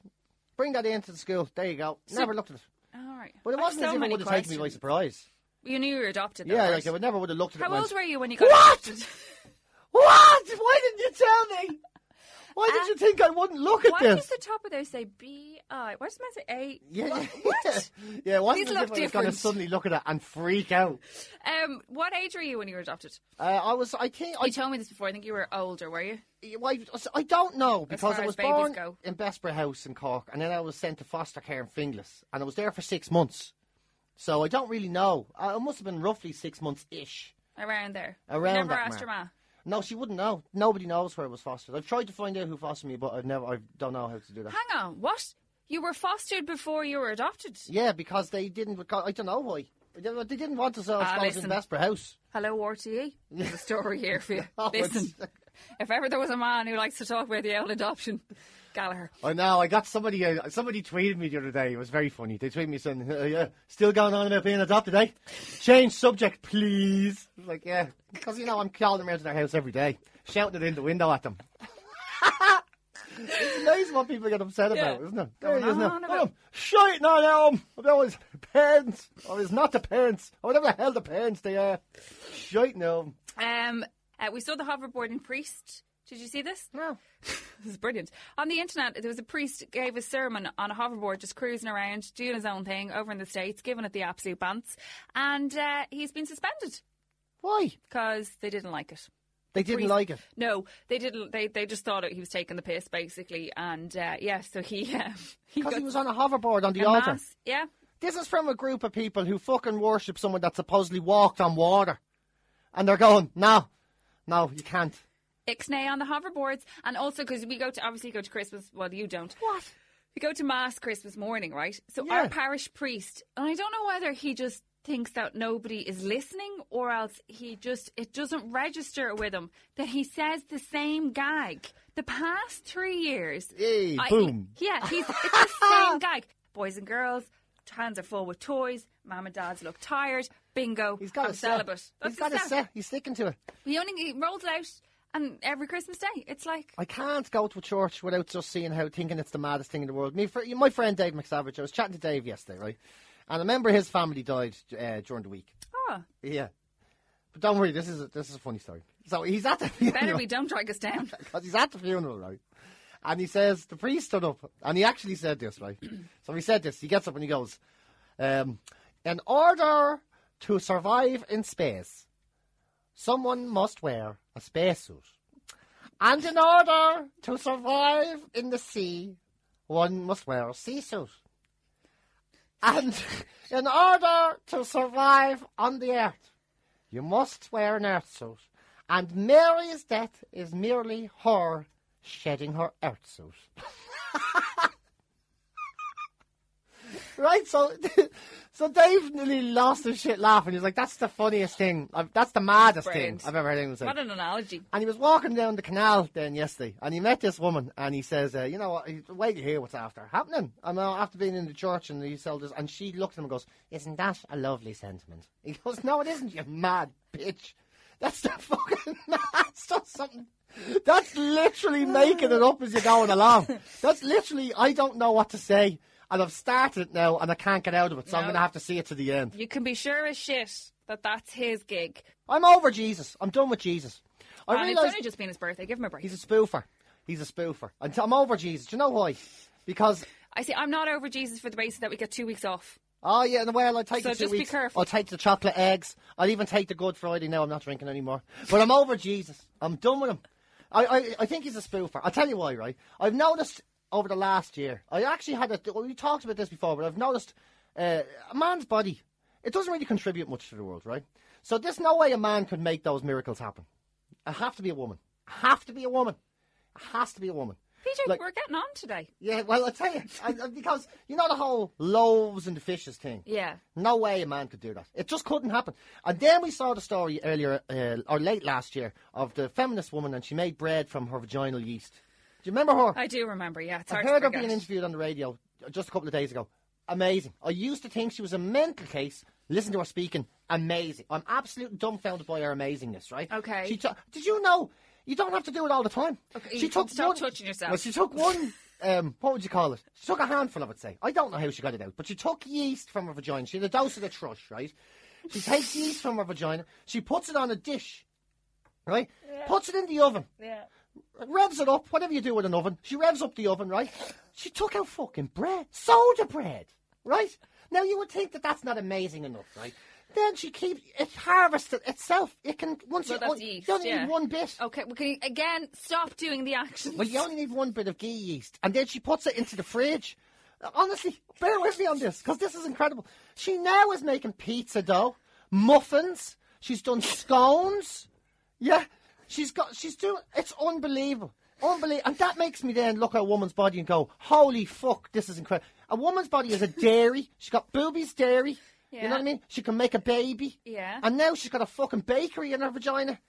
E: Bring that into the school. There you go. never looked at it.
D: All right.
E: But it
D: I have
E: wasn't
D: so
E: as if it
D: many
E: would have taken me by
D: questions.
E: surprise.
D: You knew you were adopted. Though,
E: Yeah,
D: right?
E: like I never would have looked at it.
D: How
E: and
D: old were
E: went,
D: you when you got
E: What?
D: adopted?
E: What? Why didn't you tell me? Why did you think I wouldn't look at
D: Uh, Why
E: this?
D: does the top of there say B I? Why does mine say A?
E: yeah,
D: What?
E: yeah, yeah. it wasn't
D: These
E: as
D: look
E: if I was going to
D: different.
E: suddenly look at it and freak out.
D: Um, what age were you when you were adopted?
E: Uh, I was, I think, I
D: You told me this before. I think you were older, were you?
E: Well, I- I don't know because
D: far
E: I was
D: as babies
E: born
D: go.
E: in Bessborough House in Cork, and then I was sent to foster care in Finglas, and I was there for six months. So I don't really know. I, it must have been roughly six months ish
D: Around there. You
E: around
D: Never
E: that
D: asked
E: mark.
D: your ma.
E: No, she wouldn't know. Nobody knows where it was fostered. I've tried to find out who fostered me, but I've never. I don't know how to do that.
D: Hang on, what? You were fostered before you were adopted?
E: Yeah, because they didn't. reco- I don't know why. They didn't- they didn't want to sell
D: Ah,
E: us in
D: listen.
E: Vesper House.
D: Hello, RTE. There's a story here for you.
E: Oh, it's-
D: Listen, if ever there was a man who likes to talk about the old adoption, Gallagher.
E: I know. I got somebody. Uh, somebody tweeted me the other day. It was very funny. They tweeted me saying, uh, "Yeah, still going on about being adopted, eh? Change subject, please." I was Like, yeah, because you know I'm calling them around to their house every day, shouting it in the window at them. it's amazing what people get upset about,
D: Yeah.
E: isn't it?
D: Going
E: There he is now.
D: on about-
E: Oh, shouting on at 'em about his parents, or his not the parents, or whatever the hell the parents they are. Shouting at 'em.
D: Um, uh, we saw the hoverboarding priest. Did you see this?
E: No.
D: This is brilliant. On the internet, there was a priest gave a sermon on a hoverboard, just cruising around, doing his own thing over in the States, giving it the absolute bants. And uh, he's been suspended
E: Why?
D: because they didn't like it.
E: They didn't
D: Priest-
E: like it.
D: No, they didn't. They they just thought he was taking the piss, basically. And uh, yeah, so he um, he
E: Because
D: got
E: he was on a hoverboard on the
D: a
E: altar.
D: mass. Yeah,
E: This is from a group of people who fucking worship someone that supposedly walked on water. And they're going, no, no, you can't.
D: Ixnay on the hoverboards, and also because we go to obviously go to Christmas. Well, you don't.
E: What?
D: We go to mass Christmas morning, right? So
E: Yeah.
D: our parish priest, and I don't know whether he just thinks that nobody is listening, or else he just it doesn't register with him that he says the same gag the past three years.
E: Hey, boom.
D: Yeah, he's it's the same gag. Boys and girls, hands are full with toys. Mum and dads look tired. Bingo.
E: He's got
D: I'm
E: a set.
D: celibate. That's
E: He's got
D: his
E: a
D: set.
E: set. He's sticking to it.
D: He only he rolls it out, and every Christmas day, it's like
E: I can't go to a church without just seeing how thinking it's the maddest thing in the world. Me, fr- my friend Dave McSavage, I was chatting to Dave yesterday, right? And I remember his family died uh, during the week.
D: oh,
E: Yeah. But don't worry, this is a, this is a funny story. So he's at the
D: better we don't drag us down.
E: because he's at the funeral, right? And he says, the priest stood up, and he actually said this, right? so he said this, he gets up and he goes, um, In order to survive in space, someone must wear a spacesuit. And in order to survive in the sea, one must wear a sea suit. And in order to survive on the earth, you must wear an earth suit. And Mary's death is merely her shedding her earth suit. right, so so Dave nearly lost his shit laughing. He's like, "That's the funniest thing. I've, that's the maddest
D: Brilliant.
E: thing I've ever heard anyone say."
D: What an analogy.
E: And he was walking down the canal then yesterday, and he met this woman, and he says, uh, "You know what? he- Wait to hear what's after happening." And uh, after being in the church, and he sold this, and she looked at him and goes, "Isn't that a lovely sentiment?" He goes, "No, it isn't. You mad bitch. That's the fucking that's just something." That's literally making it up as you're going along. That's literally, I don't know what to say, and I've started now, and I can't get out of it, so I'm
D: No.
E: going to have to see it to the end.
D: You can be sure as shit that that's his gig.
E: I'm over Jesus. I'm done with Jesus. I
D: and
E: realised-
D: it's only just been his birthday. Give him a break.
E: He's a spoofer. He's a spoofer. And I'm over Jesus. Do you know why? Because
D: I see. I'm not over Jesus for the basis that we get two weeks off.
E: oh yeah, no, well I take
D: So
E: the two
D: just be
E: weeks.
D: careful.
E: I'll take the chocolate eggs. I'll even take the Good Friday. Now I'm not drinking anymore. But I'm over Jesus. I'm done with him. I, I I think he's a spoofer. I'll tell you why. Right? I've noticed over the last year. I actually had a. We talked about this before, but I've noticed uh, a man's body. It doesn't really contribute much to the world, right? So there's no way a man could make those miracles happen. I have to be a woman. I have to be a woman. I has to be a woman.
D: PJ,
E: Like-
D: we're getting on today.
E: Yeah, well, I tell you, I, I- because you know the whole loaves and the fishes thing.
D: Yeah.
E: No way a man could do that. It just couldn't happen. And then we saw the story earlier uh, or late last year of the feminist woman, and she made bread from her vaginal yeast. Do you remember her?
D: I do remember. Yeah, it's
E: I
D: hard
E: heard
D: to
E: her
D: forget.
E: being interviewed on the radio just a couple of days ago. Amazing. I used to think she was a mental case. Listen to her speaking. Amazing. I'm absolutely dumbfounded by her amazingness. Right?
D: Okay.
E: She took. Did you know? You don't have to do it all the time.
D: Okay,
E: she
D: you
E: took.
D: stop
E: one-
D: touching yourself.
E: No, she took one. Um, what would you call it? She took a handful of it. Say, I don't know how she got it out, but she took yeast from her vagina. She had a dose of the thrush, right? She takes yeast from her vagina. She puts it on a dish, right? Puts it in the oven
D: yeah.
E: revs it up, whatever you do with an oven. She revs up the oven, right? She took out fucking bread, soda bread, right? Now you would think that that's not amazing enough, right? Then she keeps it harvested itself. It can once
D: Well,
E: you,
D: that's
E: you
D: yeast,
E: only
D: yeah. Oh,
E: need one bit.
D: Okay. Well, can you again stop doing the action?
E: Well, you only need one bit of ghee yeast, and then she puts it into the fridge. Honestly, bear with me on this because this is incredible. She now is making pizza dough, muffins. She's done scones. Yeah, She's got. She's doing. It's unbelievable. Unbelievable. And that makes me then look at a woman's body and go, "Holy fuck, this is incredible." A woman's body is a dairy. she's got boobies, dairy. You
D: Yeah.
E: know what I mean? She can make a baby.
D: Yeah.
E: And now she's got a fucking bakery in her vagina.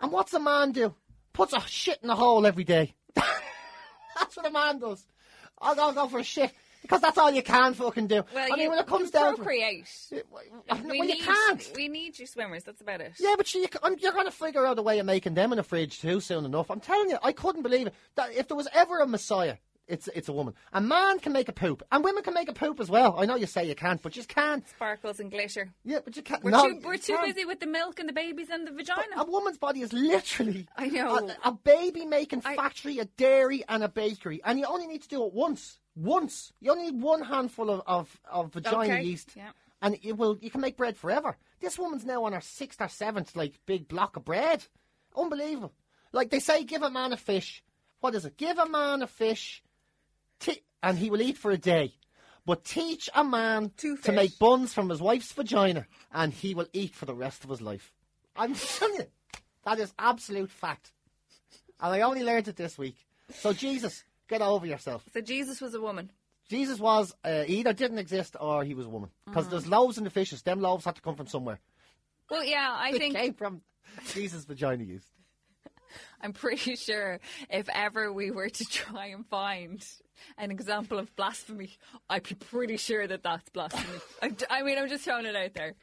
E: And what's a man do? Puts a shit in a hole every day. that's what a man does. I'll go, I'll go for a shit because that's all you can fucking do. I mean,
D: you-
E: when it comes
D: you
E: down to it,
D: procreate.
E: well,
D: We
E: you
D: need,
E: can't.
D: We need your swimmers. That's about it.
E: Yeah, but you, I'm, you're going to figure out a way of making them in a fridge too soon enough. I'm telling you, I couldn't believe it. That if there was ever a messiah, it's it's a woman. A man can make a poop, and women can make a poop as well. I know you say you can't, but you just can't.
D: Sparkles and glitter.
E: Yeah, but you can't.
D: We're
E: no,
D: too, we're
E: you
D: too
E: can't.
D: busy with the milk and the babies and the vagina.
E: A woman's body is literally
D: I know.
E: a, a baby making
D: I-
E: factory, a dairy, and a bakery, and you only need to do it once. Once you only need one handful of of, of vagina
D: Okay,
E: yeast,
D: yeah.
E: and it will you can make bread forever. This woman's now on her sixth or seventh like big block of bread. Unbelievable. Like they say, give a man a fish. What is it? Give a man a fish, ti- and he will eat for a day. But teach a man
D: Two
E: to
D: fish.
E: make buns from his wife's vagina, and he will eat for the rest of his life. I'm telling you, that is absolute fact. And I only learned it this week. So Jesus, get over yourself.
D: so Jesus was a woman.
E: Jesus was uh, he either didn't exist or he was a woman. Because there's loaves and the fishes. Them loaves had to come from somewhere.
D: Well, yeah, I
E: They
D: think
E: came from Jesus' vagina yeast.
D: I'm pretty sure if ever we were to try and find an example of blasphemy, I'd be pretty sure that that's blasphemy. I, d- I mean, I'm just throwing it out there.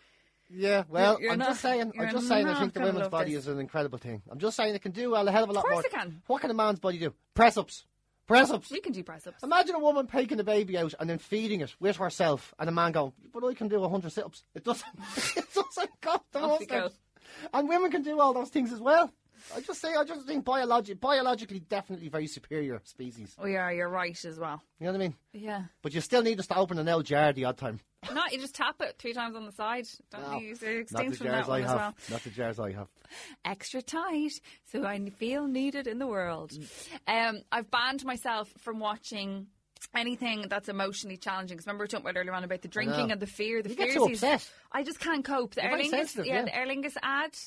E: Yeah, well,
D: you're
E: I'm
D: not-
E: just saying.
D: you're
E: I'm just saying. I
D: not
E: think the
D: gonna
E: women's
D: love
E: body
D: this.
E: is an incredible thing. I'm just saying it can do a hell of a lot
D: course
E: more.
D: it can.
E: What can a man's body do? Press ups, press ups.
D: We can do press ups.
E: Imagine a woman taking a baby out and then feeding it with herself, and a man going, "But I can do hundred sit-ups." It doesn't. it doesn't go the
D: Off you
E: mustache.
D: go.
E: And women can do all those things as well. I just say, I just think biologi- biologically, definitely very superior species.
D: We are, you're right as well.
E: You know what I mean?
D: Yeah.
E: But you still need us to open an L jar the odd time.
D: No, you just tap it three times on the side. Don't
E: No,
D: use it.
E: Not the
D: Extinct from
E: jars
D: that one
E: I
D: as
E: have.
D: well.
E: Not the jars I have.
D: extra tight so I feel needed in the world.
E: Mm.
D: Um, I've banned myself from watching anything that's emotionally challenging. 'Cause remember we were talking about earlier on about the drinking
E: know.
D: and the fear, the
E: You
D: fear
E: get too upset.
D: I just can't cope. The
E: You're
D: Aer
E: very
D: Lingus,
E: sensitive,
D: yeah,
E: yeah.
D: the Aer Lingus ad.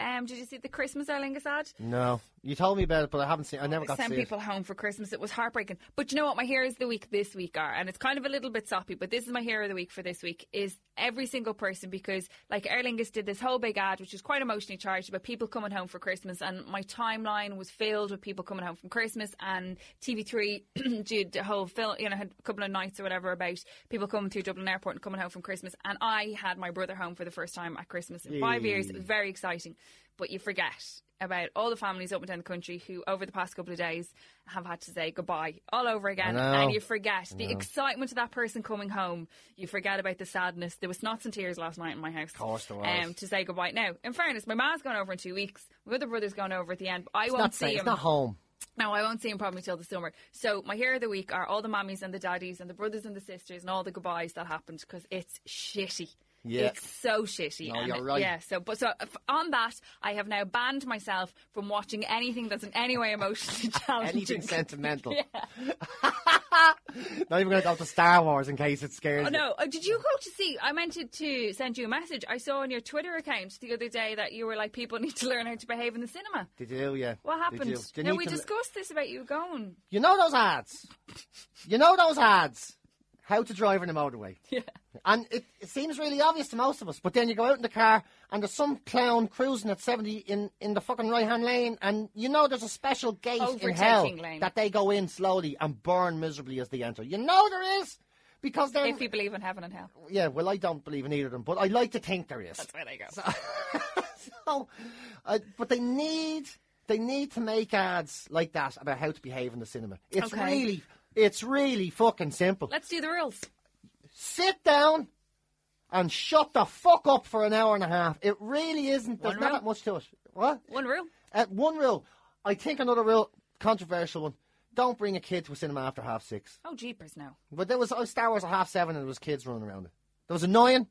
D: Um, did you see the Christmas Aer Lingus ad?
E: No, you told me about it, but I haven't seen. I never got to
D: send
E: see
D: people home for Christmas. It was heartbreaking. But you know what? My hero of the week this week are, and it's kind of a little bit soppy, but this is my hero of the week for this week is every single person because like Erlingus did this whole big ad, which was quite emotionally charged about people coming home for Christmas, and my timeline was filled with people coming home from Christmas, and TV3 did a whole film, you know, had a couple of nights or whatever about people coming through Dublin Airport and coming home from Christmas, and I had my brother home for the first time at Christmas in five years. It was very exciting, but you forget about all the families up and down the country who, over the past couple of days, have had to say goodbye all over again.
E: I know.
D: And you forget the excitement of that person coming home. You forget about the sadness. There was knots and tears last night in my house. Of
E: course there was.
D: Um, to say goodbye. Now, in fairness, my ma's going over in two weeks. My other brother's going over at the end. But I
E: it.
D: won't
E: Not
D: see
E: saying it's
D: him.
E: not home.
D: No, I won't see him probably till the summer. So my hero of the week are all the mummies and the daddies and the brothers and the sisters and all the goodbyes that happened because it's shitty.
E: Yeah.
D: It's so shitty.
E: No,
D: and
E: you're right.
D: Yeah. So, but so if- on that, I have now banned myself from watching anything that's in any way emotionally challenging.
E: Anything sentimental. not even going to go to Star Wars in case it scares
D: Oh,
E: you.
D: no. Uh, Did you go to see? I meant to, to send you a message. I saw on your Twitter account the other day that you were like, people need to learn how to behave in the cinema.
E: They do, yeah.
D: What
E: They do.
D: happened?
E: They
D: No,
E: need
D: we
E: to-
D: discussed this about you going.
E: You know those ads. You know those ads. How to drive in a motorway. Yeah. And it, it seems really obvious to most of us, but then you go out in the car and there's some clown cruising at 70 in, in the fucking right hand lane, and you know there's a special gate in hell
D: Overtaking lane.
E: that they go in slowly and burn miserably as they enter. You know there is! Because they're.
D: If you believe in heaven and hell,
E: Yeah, well, I don't believe in either of them, but I like to think there is.
D: that's where they go.
E: so, uh, but they need they need to make ads like that about how to behave in the cinema. It's
D: Okay.
E: really it's really fucking simple.
D: Let's do the rules.
E: Sit down and shut the fuck up for an hour and a half. It really isn't. There's
D: One
E: not
D: rule?
E: that much to it. What?
D: One rule.
E: Uh, one rule. I think another rule, controversial one. Don't bring a kid to a cinema after half six.
D: Oh, jeepers, no.
E: But there was oh, Star Wars at half seven, and there was kids running around it. That was annoying.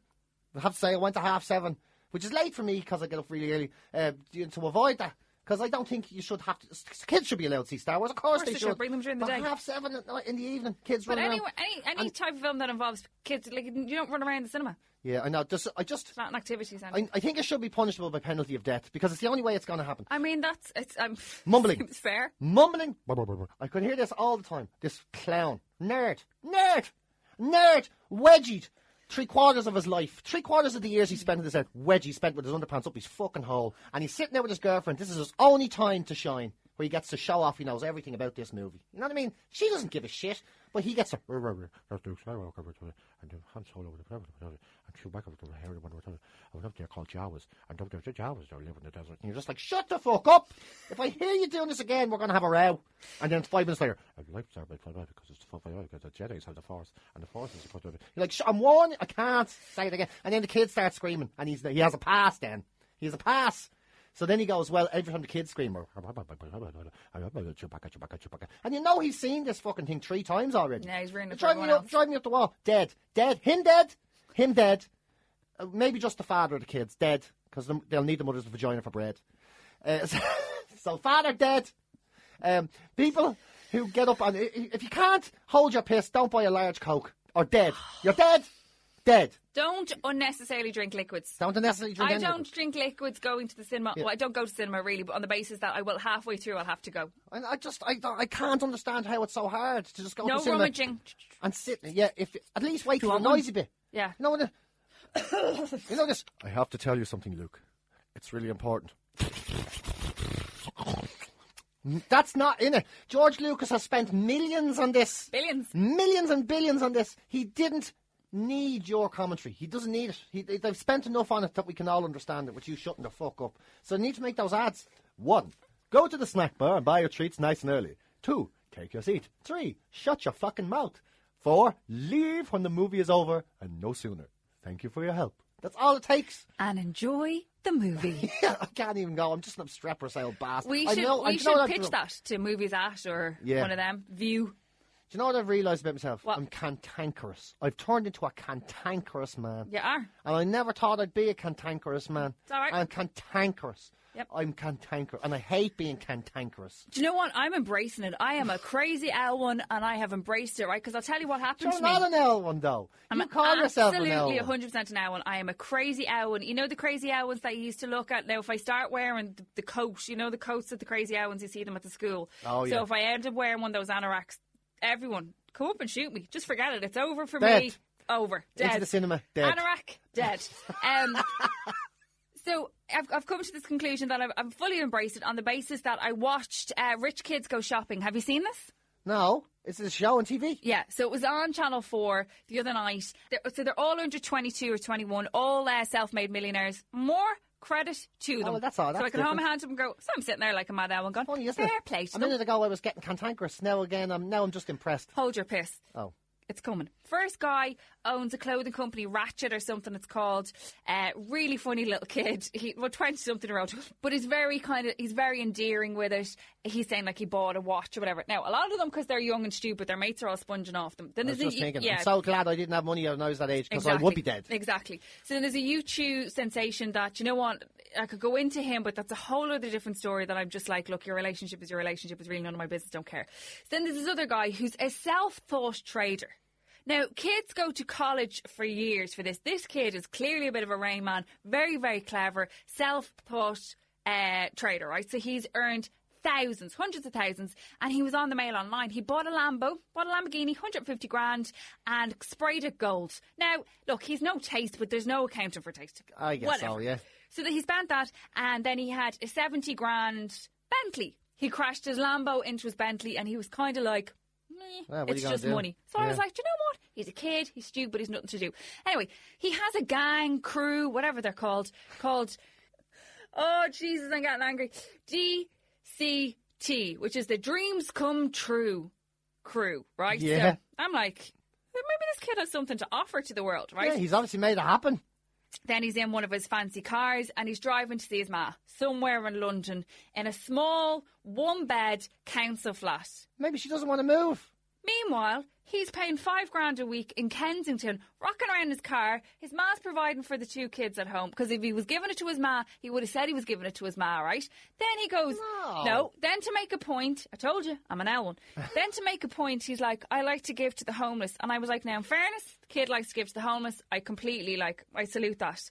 E: I have to say, I went to half seven, which is late for me because I get up really early uh, to avoid that. Because I don't think you should have to. s- s- Kids should be allowed to see Star Wars. Of course,
D: course
E: they,
D: they should. Bring them during the
E: But
D: day.
E: half seven at night in the evening, kids
D: But
E: running
D: any,
E: around.
D: any any type of film that involves kids, like you don't run around the cinema.
E: Yeah, I know. Just, I just,
D: It's not an activity centre.
E: I, I think it should be punishable by penalty of death because it's the only way it's going to happen.
D: I mean, that's it's um,
E: Mumbling.
D: It's fair.
E: Mumbling. Blah, blah, blah, blah. I could hear this all the time. This clown. Nerd. Nerd. Nerd. Wedgied. Three quarters of his life, three quarters of the years he spent in this earth, wedgie spent with his underpants up his fucking hole. And he's sitting there with his girlfriend. This is his only time to shine, where he gets to show off he knows everything about this movie. You know what I mean? She doesn't give a shit, but he gets to.
F: That's Luke Skywalker with the- uh, and then Han Solo with the Predator and Chewbacca with the hairy one with the- I was uh, up there called Jawas and up there the Jawas they live in the desert.
E: And you're just like, shut the fuck up! If I hear you doing this again, we're going to have a row. And then five minutes later,
F: And life's are made for life because it's for life because the Jedi's have the Force and the Force is supposed to be.
E: You're like, "Sh- I'm warning, I can't say it again. And then the kids start screaming, and he's he has a pass then. He has a pass. So then he goes, well, every time the kids scream, or,
F: Chewbacca, Chewbacca, Chewbacca.
E: and you know he's seen this fucking thing three times already.
D: Yeah, he's ruined it for
E: driving me
D: everyone
E: up,
D: else.
E: driving me up the wall. Dead, dead, him dead, him dead. Uh, maybe just the father of the kids dead because they'll need the mother's vagina for bread. Uh, so, so father dead. Um, people who get up and i- i- if you can't hold your piss, don't buy a large coke. Or dead, you're dead, dead.
D: Don't unnecessarily drink liquids.
E: Don't necessarily drink.
D: I
E: any of it.
D: don't drink liquids going to the cinema. Well, I don't go to cinema really, but on the basis that I will halfway through, I'll have to go.
E: And I just, I, don't- I can't understand how it's so hard to just go to
D: No
E: Oh, the cinema
D: rummaging.
E: and sit. Yeah, if at least wait for a
D: want one?
E: noisy bit.
D: Yeah.
E: You know what? I- you know this. I have to tell you something, Luke. It's really important. That's not in it. George Lucas has spent millions on this.
D: Billions.
E: Millions and billions on this. He didn't need your commentary. He doesn't need it. He, they- they've spent enough on it that we can all understand it, which you shutting the fuck up. So they need to make those ads. One, go to the snack bar and buy your treats nice and early. Two, take your seat. Three, shut your fucking mouth. Four, leave when the movie is over and no sooner. Thank you for your help. That's all it takes.
D: And enjoy the movie.
E: I can't even go. I'm just an obstreper sale bastard.
D: We
E: I
D: should
E: know- I-
D: we
E: you know
D: should
E: what I've-
D: pitch that to movies at or
E: Yeah.
D: one of them. View.
E: Do you know what I've realised about myself?
D: What?
E: I'm cantankerous. I've turned into a cantankerous man.
D: You are.
E: And I never thought I'd be a cantankerous man.
D: It's all right.
E: I'm cantankerous.
D: Yep.
E: I'm cantankerous. And I hate being cantankerous.
D: Do you know what? I'm embracing it. I am a crazy L1 and I have embraced it, right? Because I'll tell you what happened
E: You're
D: to me.
E: not an L one, though.
D: I'm
E: you call yourself an L
D: absolutely
E: one.
D: 100% an owl. I am a crazy owl. You know the crazy owls that you used to look at? Now, if I start wearing the, the coat, you know the coats of the crazy owls, you see them at the school.
E: Oh, yeah.
D: So if I end up wearing one of those anoraks, everyone, come up and shoot me. Just forget it. It's over for
E: Dead.
D: me. Over. Dead.
E: Into the cinema. Dead.
D: Anorak, dead. Um, so I've, I've come to this conclusion that I've, I've fully embraced it on the basis that I watched uh, Rich Kids Go Shopping. Have you seen this?
E: No, it's a show on TV.
D: Yeah, so it was on Channel 4 the other night. They're, so they're all under 22 or 21, all uh, self made millionaires. More credit to them.
E: well, Oh, that's all-
D: so
E: that's
D: I can hold my
E: different.
D: hand to them and go, so I'm sitting there like a mad owl and going,
E: Funny, isn't
D: fair
E: it?
D: play to
E: A
D: them.
E: minute ago I was getting cantankerous. Now again, I'm now I'm just impressed.
D: Hold your piss.
E: Oh.
D: It's coming. First guy owns a clothing company, Ratchet or something it's called. Uh, really funny little kid. He well, twenty something year old, but he's very kind of he's very endearing with it. He's saying like he bought a watch or whatever. Now a lot of them because they're young and stupid, their mates are all sponging off them. Then
E: I was
D: there's
E: just
D: a,
E: thinking,
D: yeah,
E: I'm so glad I didn't have money when I was that age because I would be dead.
D: Exactly. So then there's a YouTube sensation that, you know what, I could go into him, but that's a whole other different story that I'm just like, look, your relationship is your relationship. It's really none of my business. Don't care. Then there's this other guy who's a self taught trader. Now, kids go to college for years for this. This kid is clearly a bit of a rain man, very, very clever, self taught uh, trader, right? So he's earned thousands, hundreds of thousands, and he was on the mail online. He bought a Lambo, bought a Lamborghini, 150 grand, and sprayed it gold. Now, look, he's no taste, but there's no accounting for taste.
E: I guess so,
D: Whatever.
E: yeah.
D: So that he spent that, and then he had a 70 grand Bentley. He crashed his Lambo into his Bentley, and he was kind of like, meh,
E: Yeah, Ah, what are you
D: it's
E: gonna
D: just
E: do?
D: money. So I was
E: Yeah.
D: like, do you know what? He's a kid, he's stupid, he's nothing to do. Anyway, he has a gang, crew, whatever they're called, called Oh Jesus, I'm getting angry. DCT, which is the Dreams Come True crew, right?
E: Yeah.
D: So I'm like, maybe this kid has something to offer to the world, right?
E: Yeah, he's obviously made it happen.
D: Then he's in one of his fancy cars and he's driving to see his ma somewhere in London in a small one bed council flat.
E: Maybe she doesn't want to move.
D: Meanwhile, he's paying five grand a week in Kensington, rocking around in his car. His ma's providing for the two kids at home because if he was giving it to his ma, he would have said he was giving it to his ma, right? Then he goes, no. Then to make a point, I told you, I'm an L one. then to make a point, he's like, I like to give to the homeless, and I was like, now in fairness, the kid likes to give to the homeless. I completely like, I salute that.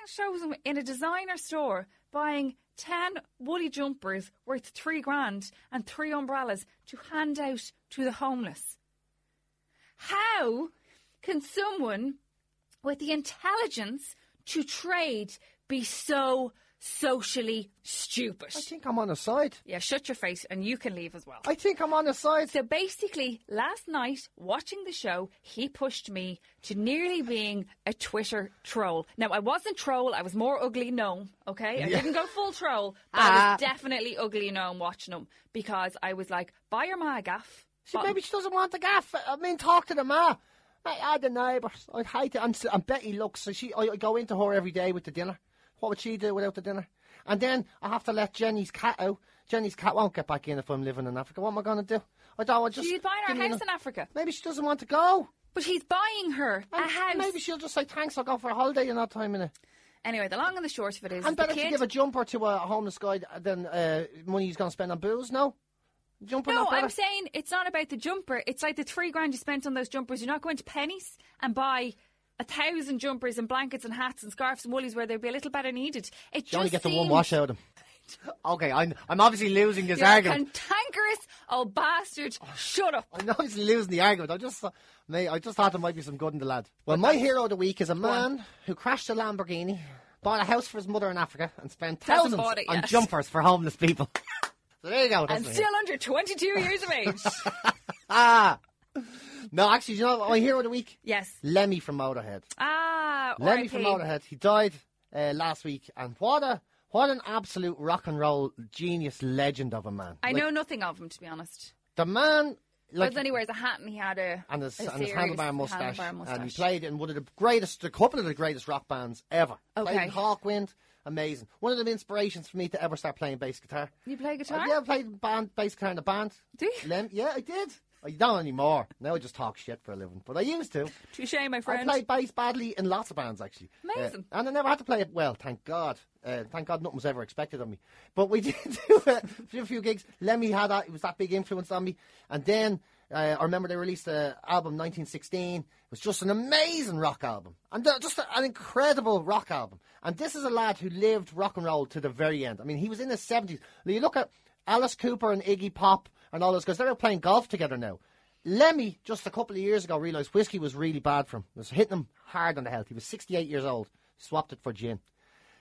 D: It shows him in a designer store buying 10 woolly jumpers worth three grand and three umbrellas to hand out to the homeless. How can someone with the intelligence to trade be so socially stupid?
E: I think I'm on a side.
D: Yeah, shut your face and you can leave as well.
E: I think I'm on a side.
D: So basically, last night watching the show, he pushed me to nearly being a Twitter troll. Now, I wasn't troll, I was more ugly gnome, okay? I didn't go full troll, but
E: Ah.
D: I was definitely ugly gnome watching him because I was like, buy your ma a gaff.
E: She,
D: But-
E: maybe she doesn't want the gaff. I mean, talk to the ma. I, I the neighbours. I'd hate it. And, s- and Betty looks. So she, I, I go into her every day with the dinner. What would she do without the dinner? And then I have to let Jenny's cat out. Jenny's cat won't get back in if I'm living in Africa. What am I going to do? I don't. I just.
D: She's buying her
E: give me
D: house
E: no-
D: in Africa.
E: Maybe she doesn't want to go.
D: But he's buying her a
E: And
D: house.
E: Maybe she'll just say thanks. I'll go for a holiday in that time in it.
D: Anyway, the long and the short of it is
E: And
D: the
E: better to
D: kid.
E: give a jumper to a homeless guy than uh, money he's going to spend on booze. No, jumper.
D: no,
E: not better?
D: I'm saying it's not about the jumper. It's like the three grand you spent on those jumpers. You're not going to pennies and buy a thousand jumpers and blankets and hats and scarves and woolies where they'd be a little better needed. It
E: You only
D: just
E: get the one
D: seems-
E: wash out of them. Okay, I'm I'm obviously losing this
D: You're a
E: argument.
D: cantankerous old bastard.
E: Oh,
D: Shut up.
E: I know he's losing the argument. I just, thought- mate, I just thought there might be some good in the lad. Well, my hero of the week is a man who crashed a Lamborghini, bought a house for his mother in Africa, and spent
D: Hasn't
E: thousands
D: bought it
E: on
D: yet.
E: jumpers for homeless people. so there you go. that's
D: I'm
E: my
D: still under 22 years of age.
E: hero. No, actually, you know what? my hero of the week,
D: yes.
E: Lemmy from Motorhead.
D: Ah,
E: Lemmy
D: RIP.
E: from Motorhead. He died uh, last week, and what a what an absolute rock and roll genius legend of a man.
D: I
E: Like,
D: know nothing of him, to be honest.
E: the man. Like,
D: Other than he wears a hat and he had a
E: and his,
D: a
E: and his
D: serious
E: handlebar mustache.
D: handlebar
E: And he
D: mustache.
E: played in one of the greatest, a couple of the greatest rock bands ever. Played
D: Okay.
E: in Hawkwind, amazing. One of the inspirations for me to ever start playing bass guitar.
D: You play guitar?
E: I, yeah, I played band, bass guitar in a band.
D: Do you?
E: Lem- yeah, I did. I don't anymore. Now I just talk shit for a living, but I used to.
D: Touche, my friend.
E: I played bass badly in lots of bands, actually. Uh,
D: Amazing.
E: and I never had to play it well, thank God. Uh, thank God nothing was ever expected of me. But we did do a, did a few gigs. Lemmy had that, it was that big influence on me. And then uh, I remember they released the album 1916. It was just an amazing rock album. And uh, just a- an incredible rock album. And this is a lad who lived rock and roll to the very end. I mean, he was in his 70s. You look at Alice Cooper and Iggy Pop and all those guys, they're out playing golf together now. Lemmy, just a couple of years ago, realised whiskey was really bad for him. It was hitting him hard on the health. He was 68 years old. Swapped it for gin.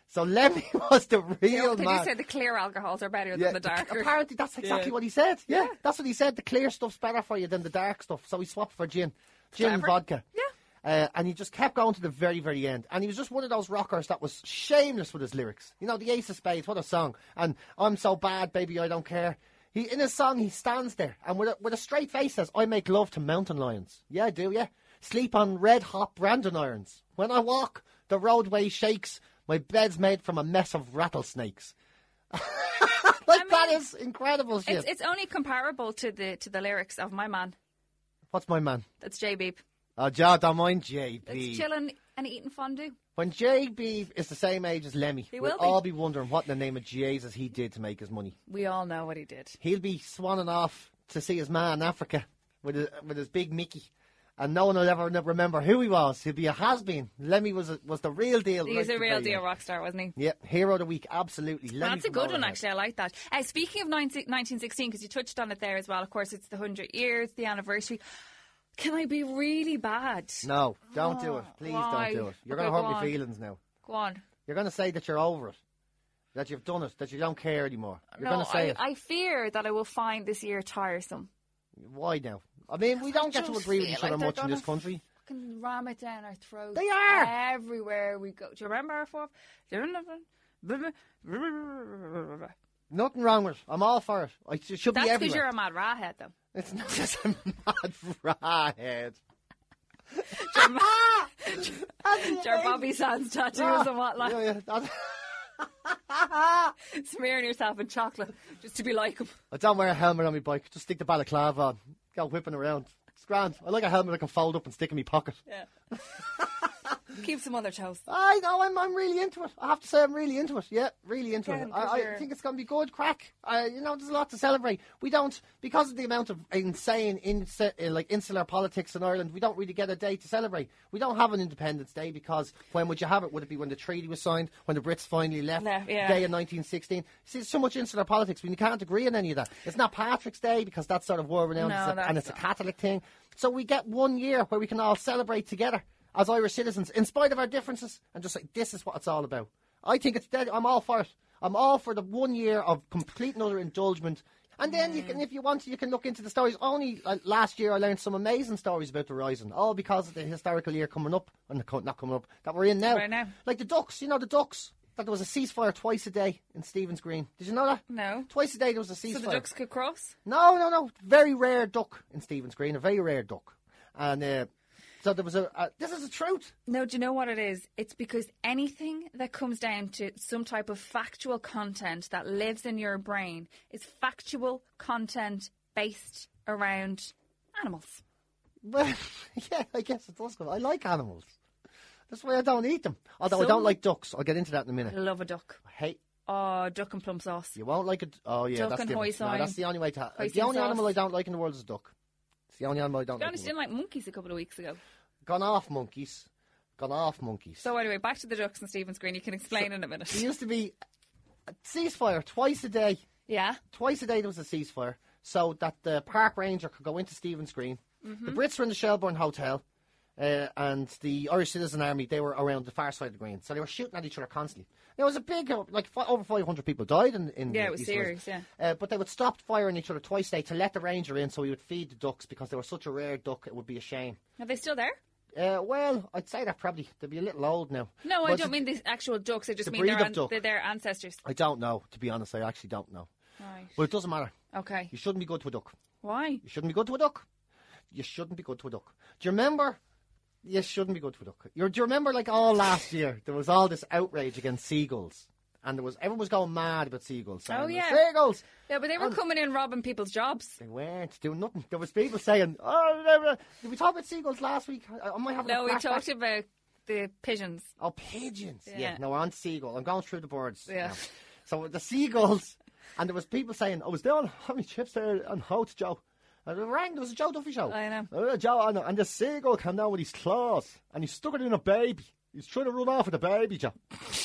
E: So Lemmy was the real
D: They
E: man.
D: do say the clear alcohols are better
E: Yeah,
D: than the
E: the-
D: darker.
E: apparently, that's exactly what he said. Yeah, that's what he said. The clear stuff's better for you than the dark stuff. So he swapped for gin. Gin and
D: Clever.
E: vodka.
D: Yeah.
E: Uh, and he just kept going to the very, very end. And he was just one of those rockers that was shameless with his lyrics. You know, the Ace of Spades, what a song. And I'm so bad, baby, I don't care. He In his song, he stands there and with a, with a straight face says, I make love to mountain lions. Yeah, I do, yeah. Sleep on red hot brandon irons. When I walk, the roadway shakes. My bed's made from a mess of rattlesnakes. like, that is incredible shit.
D: It's, it's only comparable to the to the lyrics of my man.
E: What's my man?
D: That's J Beep.
E: Oh, Jar, don't mind
D: It's
E: JB.
D: chilling and eating fondue.
E: When JB is the same age as Lemmy,
D: He
E: we'll
D: will be.
E: all be wondering what in the name of Jesus he did to make his money.
D: We all know what he did.
E: He'll be swanning off to see his man in Africa with his, with his big Mickey. And no one will ever n- remember who he was. He'll be a has-been. Lemmy was a, was the real deal.
D: He
E: right
D: was
E: to
D: a
E: the
D: real
E: very
D: deal
E: end.
D: rock star, wasn't he?
E: Yep, hero of the week, absolutely. Lemmy
D: That's a
E: from
D: good one,
E: Motorhead.
D: actually. I like that. Uh, speaking of 19, 1916, because you touched on it there as well, of course, it's the 100 years, the anniversary. Can I be really bad?
E: No, don't do it. Please
D: Oh, why?
E: don't do it. You're
D: Okay,
E: going to hurt
D: go
E: my
D: on.
E: feelings now.
D: Go on.
E: You're going to say that you're over it, that you've done it, that you don't care anymore. You're
D: no,
E: going to say
D: I,
E: it.
D: I fear that I will find this year tiresome.
E: Why now? I mean, we don't get to
D: just
E: agree with
D: feel
E: each
D: like
E: other
D: they're
E: much in this
D: gonna
E: country.
D: fucking ram it down our throats.
E: They are.
D: everywhere we go. Do you remember our fourth? That's
E: Nothing wrong with it. I'm all for it. I- It should be
D: because
E: everywhere.
D: you're a mad rawhead, though.
E: It's not just a mad rathead.
D: Your Bobby Sands tattoos and whatnot,
E: Yeah, yeah, that-
D: smearing yourself in chocolate just to be like him.
E: I don't wear a helmet on my bike. Just stick the balaclava on. Go whipping around. It's grand. I like a helmet I can fold up and stick in my pocket.
D: Yeah. Keeps them on their toes.
E: I know, I'm, I'm really into it. I have to say, I'm really into it. Yeah, really into
D: Yeah,
E: it.
D: 'cause
E: I, I
D: you're-
E: think it's going to be good crack. Uh, you know, there's a lot to celebrate. We don't, because of the amount of insane, inse- uh, like insular politics in Ireland, we don't really get a day to celebrate. We don't have an Independence Day because when would you have it? Would it be when the treaty was signed, when the Brits finally left,
D: Left, yeah.
E: day in 1916? See, there's so much insular politics. We can't agree on any of that. It's not Patrick's Day because that's sort of world-renowned
D: No,
E: it's a- and
D: that's
E: it's a Catholic thing. So we get one year where we can all celebrate together as Irish citizens, in spite of our differences, and just say this is what it's all about. I think it's dead. I'm all for it. I'm all for the one year of complete and utter indulgement. And then you can, if you want, to, you can look into the stories. Only uh, last year, I learned some amazing stories about the rising, all because of the historical year coming up, and the co- not coming up that we're in now.
D: Right now.
E: Like the ducks, you know, the ducks. That there was a ceasefire twice a day in Stephen's Green. Did you know that?
D: No.
E: Twice a day there was a ceasefire.
D: So the ducks could cross.
E: No, no, no. Very rare duck in Stephen's Green. A very rare duck. And uh, so there was a. Uh, this is the truth.
D: No, do you know what it is? It's because anything that comes down to some type of factual content that lives in your brain is factual content based around animals.
E: Well, yeah, I guess it does. Come. I like animals. That's why I don't eat them. Although I don't
D: Some-
E: like ducks. I'll get into that in a minute.
D: Love a duck.
E: Hey,
D: Oh, duck and plum sauce.
E: you won't like it. Oh yeah,
D: Duck
E: that's
D: and
E: different.
D: hoisin.
E: No, that's the only way to. Ha-
D: Hoisin
E: the only
D: sauce.
E: animal I don't like in the world is a duck. It's the only animal I don't.
D: To be
E: Like in
D: honest,
E: the
D: I didn't
E: world.
D: like monkeys a couple of weeks ago.
E: Gone off monkeys. Gone off monkeys.
D: So anyway, back to the ducks and Stephen's Green. You can explain in a minute.
E: there used to be a ceasefire twice a day.
D: Yeah.
E: twice a day there was a ceasefire so that the park ranger could go into Stephen's Green.
D: Mm-hmm.
E: The Brits were in the Shelbourne Hotel. Uh, and the Irish Citizen Army, they were around the far side of the green, so they were shooting at each other constantly. There was a big, uh, like fi over 500 people died in, in
D: Yeah,
E: the
D: it was
E: East Wales.
D: serious, yeah.
E: Uh, but they would stop firing each other twice a day to let the ranger in, so he would feed the ducks because they were such a rare duck. It would be a shame.
D: Are they still there?
E: Uh, well, I'd say that probably they'd be a little old now.
D: No, I
E: But
D: don't mean the actual ducks. I just
E: the
D: mean their,
E: breed of
D: an-
E: duck.
D: their- their ancestors.
E: I don't know. To be honest, I actually don't know.
D: Right.
E: But it doesn't matter.
D: Okay.
E: You shouldn't be good to a duck.
D: Why?
E: You shouldn't be good to a duck. You shouldn't be good to a duck. Do you remember? You shouldn't be good to a duck. You're, do you remember, like all last year, there was all this outrage against seagulls, and there was everyone was going mad about seagulls. saying,
D: Oh, yeah.
E: seagulls.
D: Yeah, but they were coming in robbing people's jobs.
E: Oh. They weren't doing nothing. There was people saying, "Oh, blah, blah." did we talk about seagulls last week? I, I might have
D: No,
E: a
D: we
E: flashback.
D: talked about the pigeons.
E: Oh, pigeons. Yeah.
D: Yeah.
E: No, on seagull. I'm going through the birds.
D: Yeah.
E: now. So the seagulls, and there was people saying, "I was there on having chips there on Hout Joe." And it rang. There was a Joe Duffy show.
D: I know.
E: Uh, Joe, I know. And the seagull came down with his claws, and he stuck it in a baby. He's trying to run off with the baby, Joe.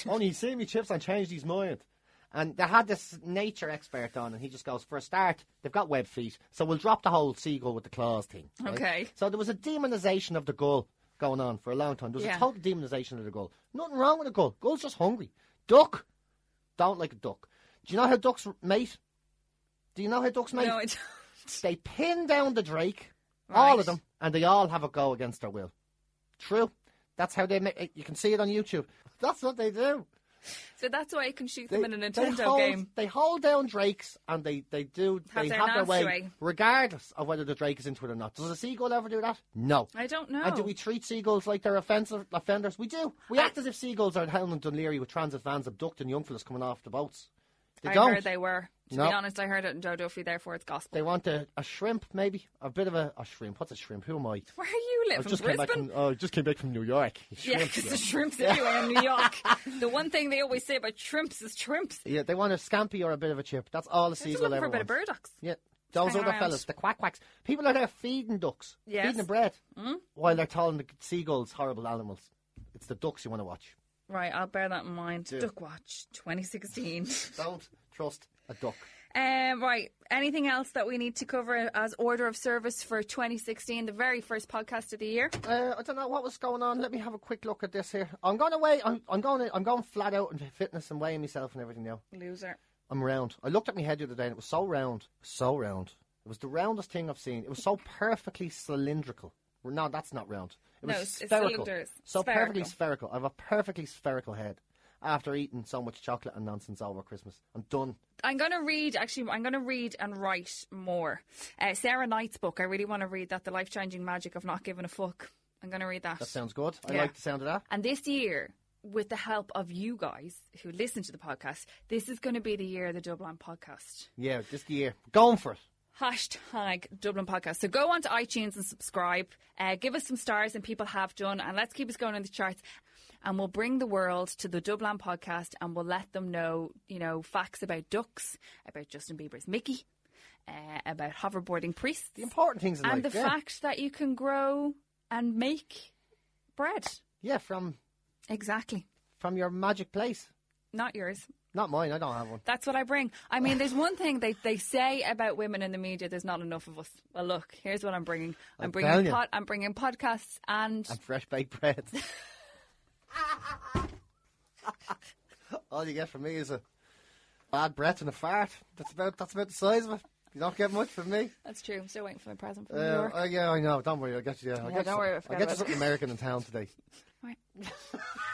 E: Only he seen me chips and changed his mind. And they had this nature expert on, and he just goes, "For a start, they've got web feet, so we'll drop the whole seagull with the claws thing." right?
D: Okay.
E: So there was a demonisation of the gull going on for a long time. There was
D: Yeah.
E: a total demonisation of the gull. Nothing wrong with a gull. Gull's just hungry. Duck, don't like a duck. Do you know how ducks mate? Do you know how ducks mate?
D: No, I don't.
E: They pin down the drake, all
D: Right.
E: of them, and they all have a go against their will. True. That's how they make it. You can see it on YouTube. That's what they do.
D: So that's why I can shoot
E: They,
D: them in a Nintendo
E: they hold,
D: game.
E: They hold down drakes and they, they do,
D: Have
E: they
D: their
E: have their
D: nasty
E: way,
D: way.
E: regardless of whether the drake is into it or not. Does a seagull ever do that? No.
D: I don't know.
E: And do we treat seagulls like they're offensive offenders? We do. We act as if seagulls are Helen and Dunleary with transit vans abducting young fellas coming off the boats. They
D: I
E: don't.
D: heard they were. To
E: No.
D: be honest, I heard it in Joe Duffy, therefore it's gospel.
E: They want a, a shrimp, maybe a bit of a, a shrimp. What's a shrimp? Who am I?
D: Where are you
E: I
D: living?
E: just came
D: Brisbane?
E: back from. Oh, I just came back from New York.
D: yeah,
E: Shrimp,
D: because the shrimps everywhere in New York. the one thing they always say about shrimps is shrimps.
E: yeah, they want a scampi or a bit of a chip. That's all a
D: They're just
E: seagull
D: looking
E: ever
D: for a bit of
E: wants.
D: burdocks.
E: Yeah. Those
D: hang
E: other
D: around.
E: fellas, the quack quacks. People are there feeding ducks,
D: Yes. Mm-hmm.
E: feeding them bread, while they're telling the seagulls horrible animals. It's the ducks you want to watch.
D: Right, I'll bear that in mind. Duck Watch 2016.
E: Don't trust a duck.
D: Um, right. Anything else that we need to cover as order of service for 2016, the very first podcast of the year?
E: Uh, I don't know what was going on. Let me have a quick look at this here. I'm going away. I'm, I'm going. I'm going flat out into fitness and weighing myself and everything now.
D: Loser.
E: I'm round. I looked at my head the other day and it was so round, so round. It was the roundest thing I've seen. It was so perfectly cylindrical. No, that's not round. It was
D: No, it's- it's
E: spherical.
D: cylinders.
E: so perfectly
D: Spherical.
E: spherical. I have a perfectly spherical head. After eating so much chocolate and nonsense over Christmas, I'm done.
D: I'm going to read, actually, I'm going to read and write more. Uh, Sarah Knight's book. I really want to read that The Life Changing Magic of Not Giving a Fuck. I'm going to read that.
E: That sounds good. I
D: Yeah.
E: like the sound of that.
D: And this year, with the help of you guys who listen to the podcast, this is going to be the year of the Dublin podcast.
E: Yeah, just the year. Going for it.
D: Hashtag Dublin Podcast. So go on to iTunes and subscribe. Uh, give us some stars, and people have done. And let's keep us going in the charts. And we'll bring the world to the Dublin Podcast, and we'll let them know, you know, facts about ducks, about Justin Bieber's Mickey, uh, about hoverboarding priests,
E: The important things in
D: and
E: life.
D: the
E: yeah.
D: fact that you can grow and make bread.
E: Yeah, from
D: Exactly.
E: from your magic place.
D: Not yours.
E: Not mine. I don't have one.
D: That's what I bring. I mean, there's one thing they, they say about women in the media. There's not enough of us. Well, look, here's what I'm bringing. I'm,
E: I'm telling
D: bringing
E: you.
D: pod, I'm bringing podcasts and
E: And fresh baked bread. All you get from me is a bad breath and a fart. That's about that's about the size of it. You don't get much from me.
D: that's true. I'm still waiting for my present from New
E: Uh,
D: York.
E: oh, yeah, I know. Don't worry. I'll get you. Yeah, I'll
D: Yeah,
E: get
D: don't
E: you,
D: worry, I
E: I'll
D: forgot
E: get you
D: about
E: something American in town today.
D: Right.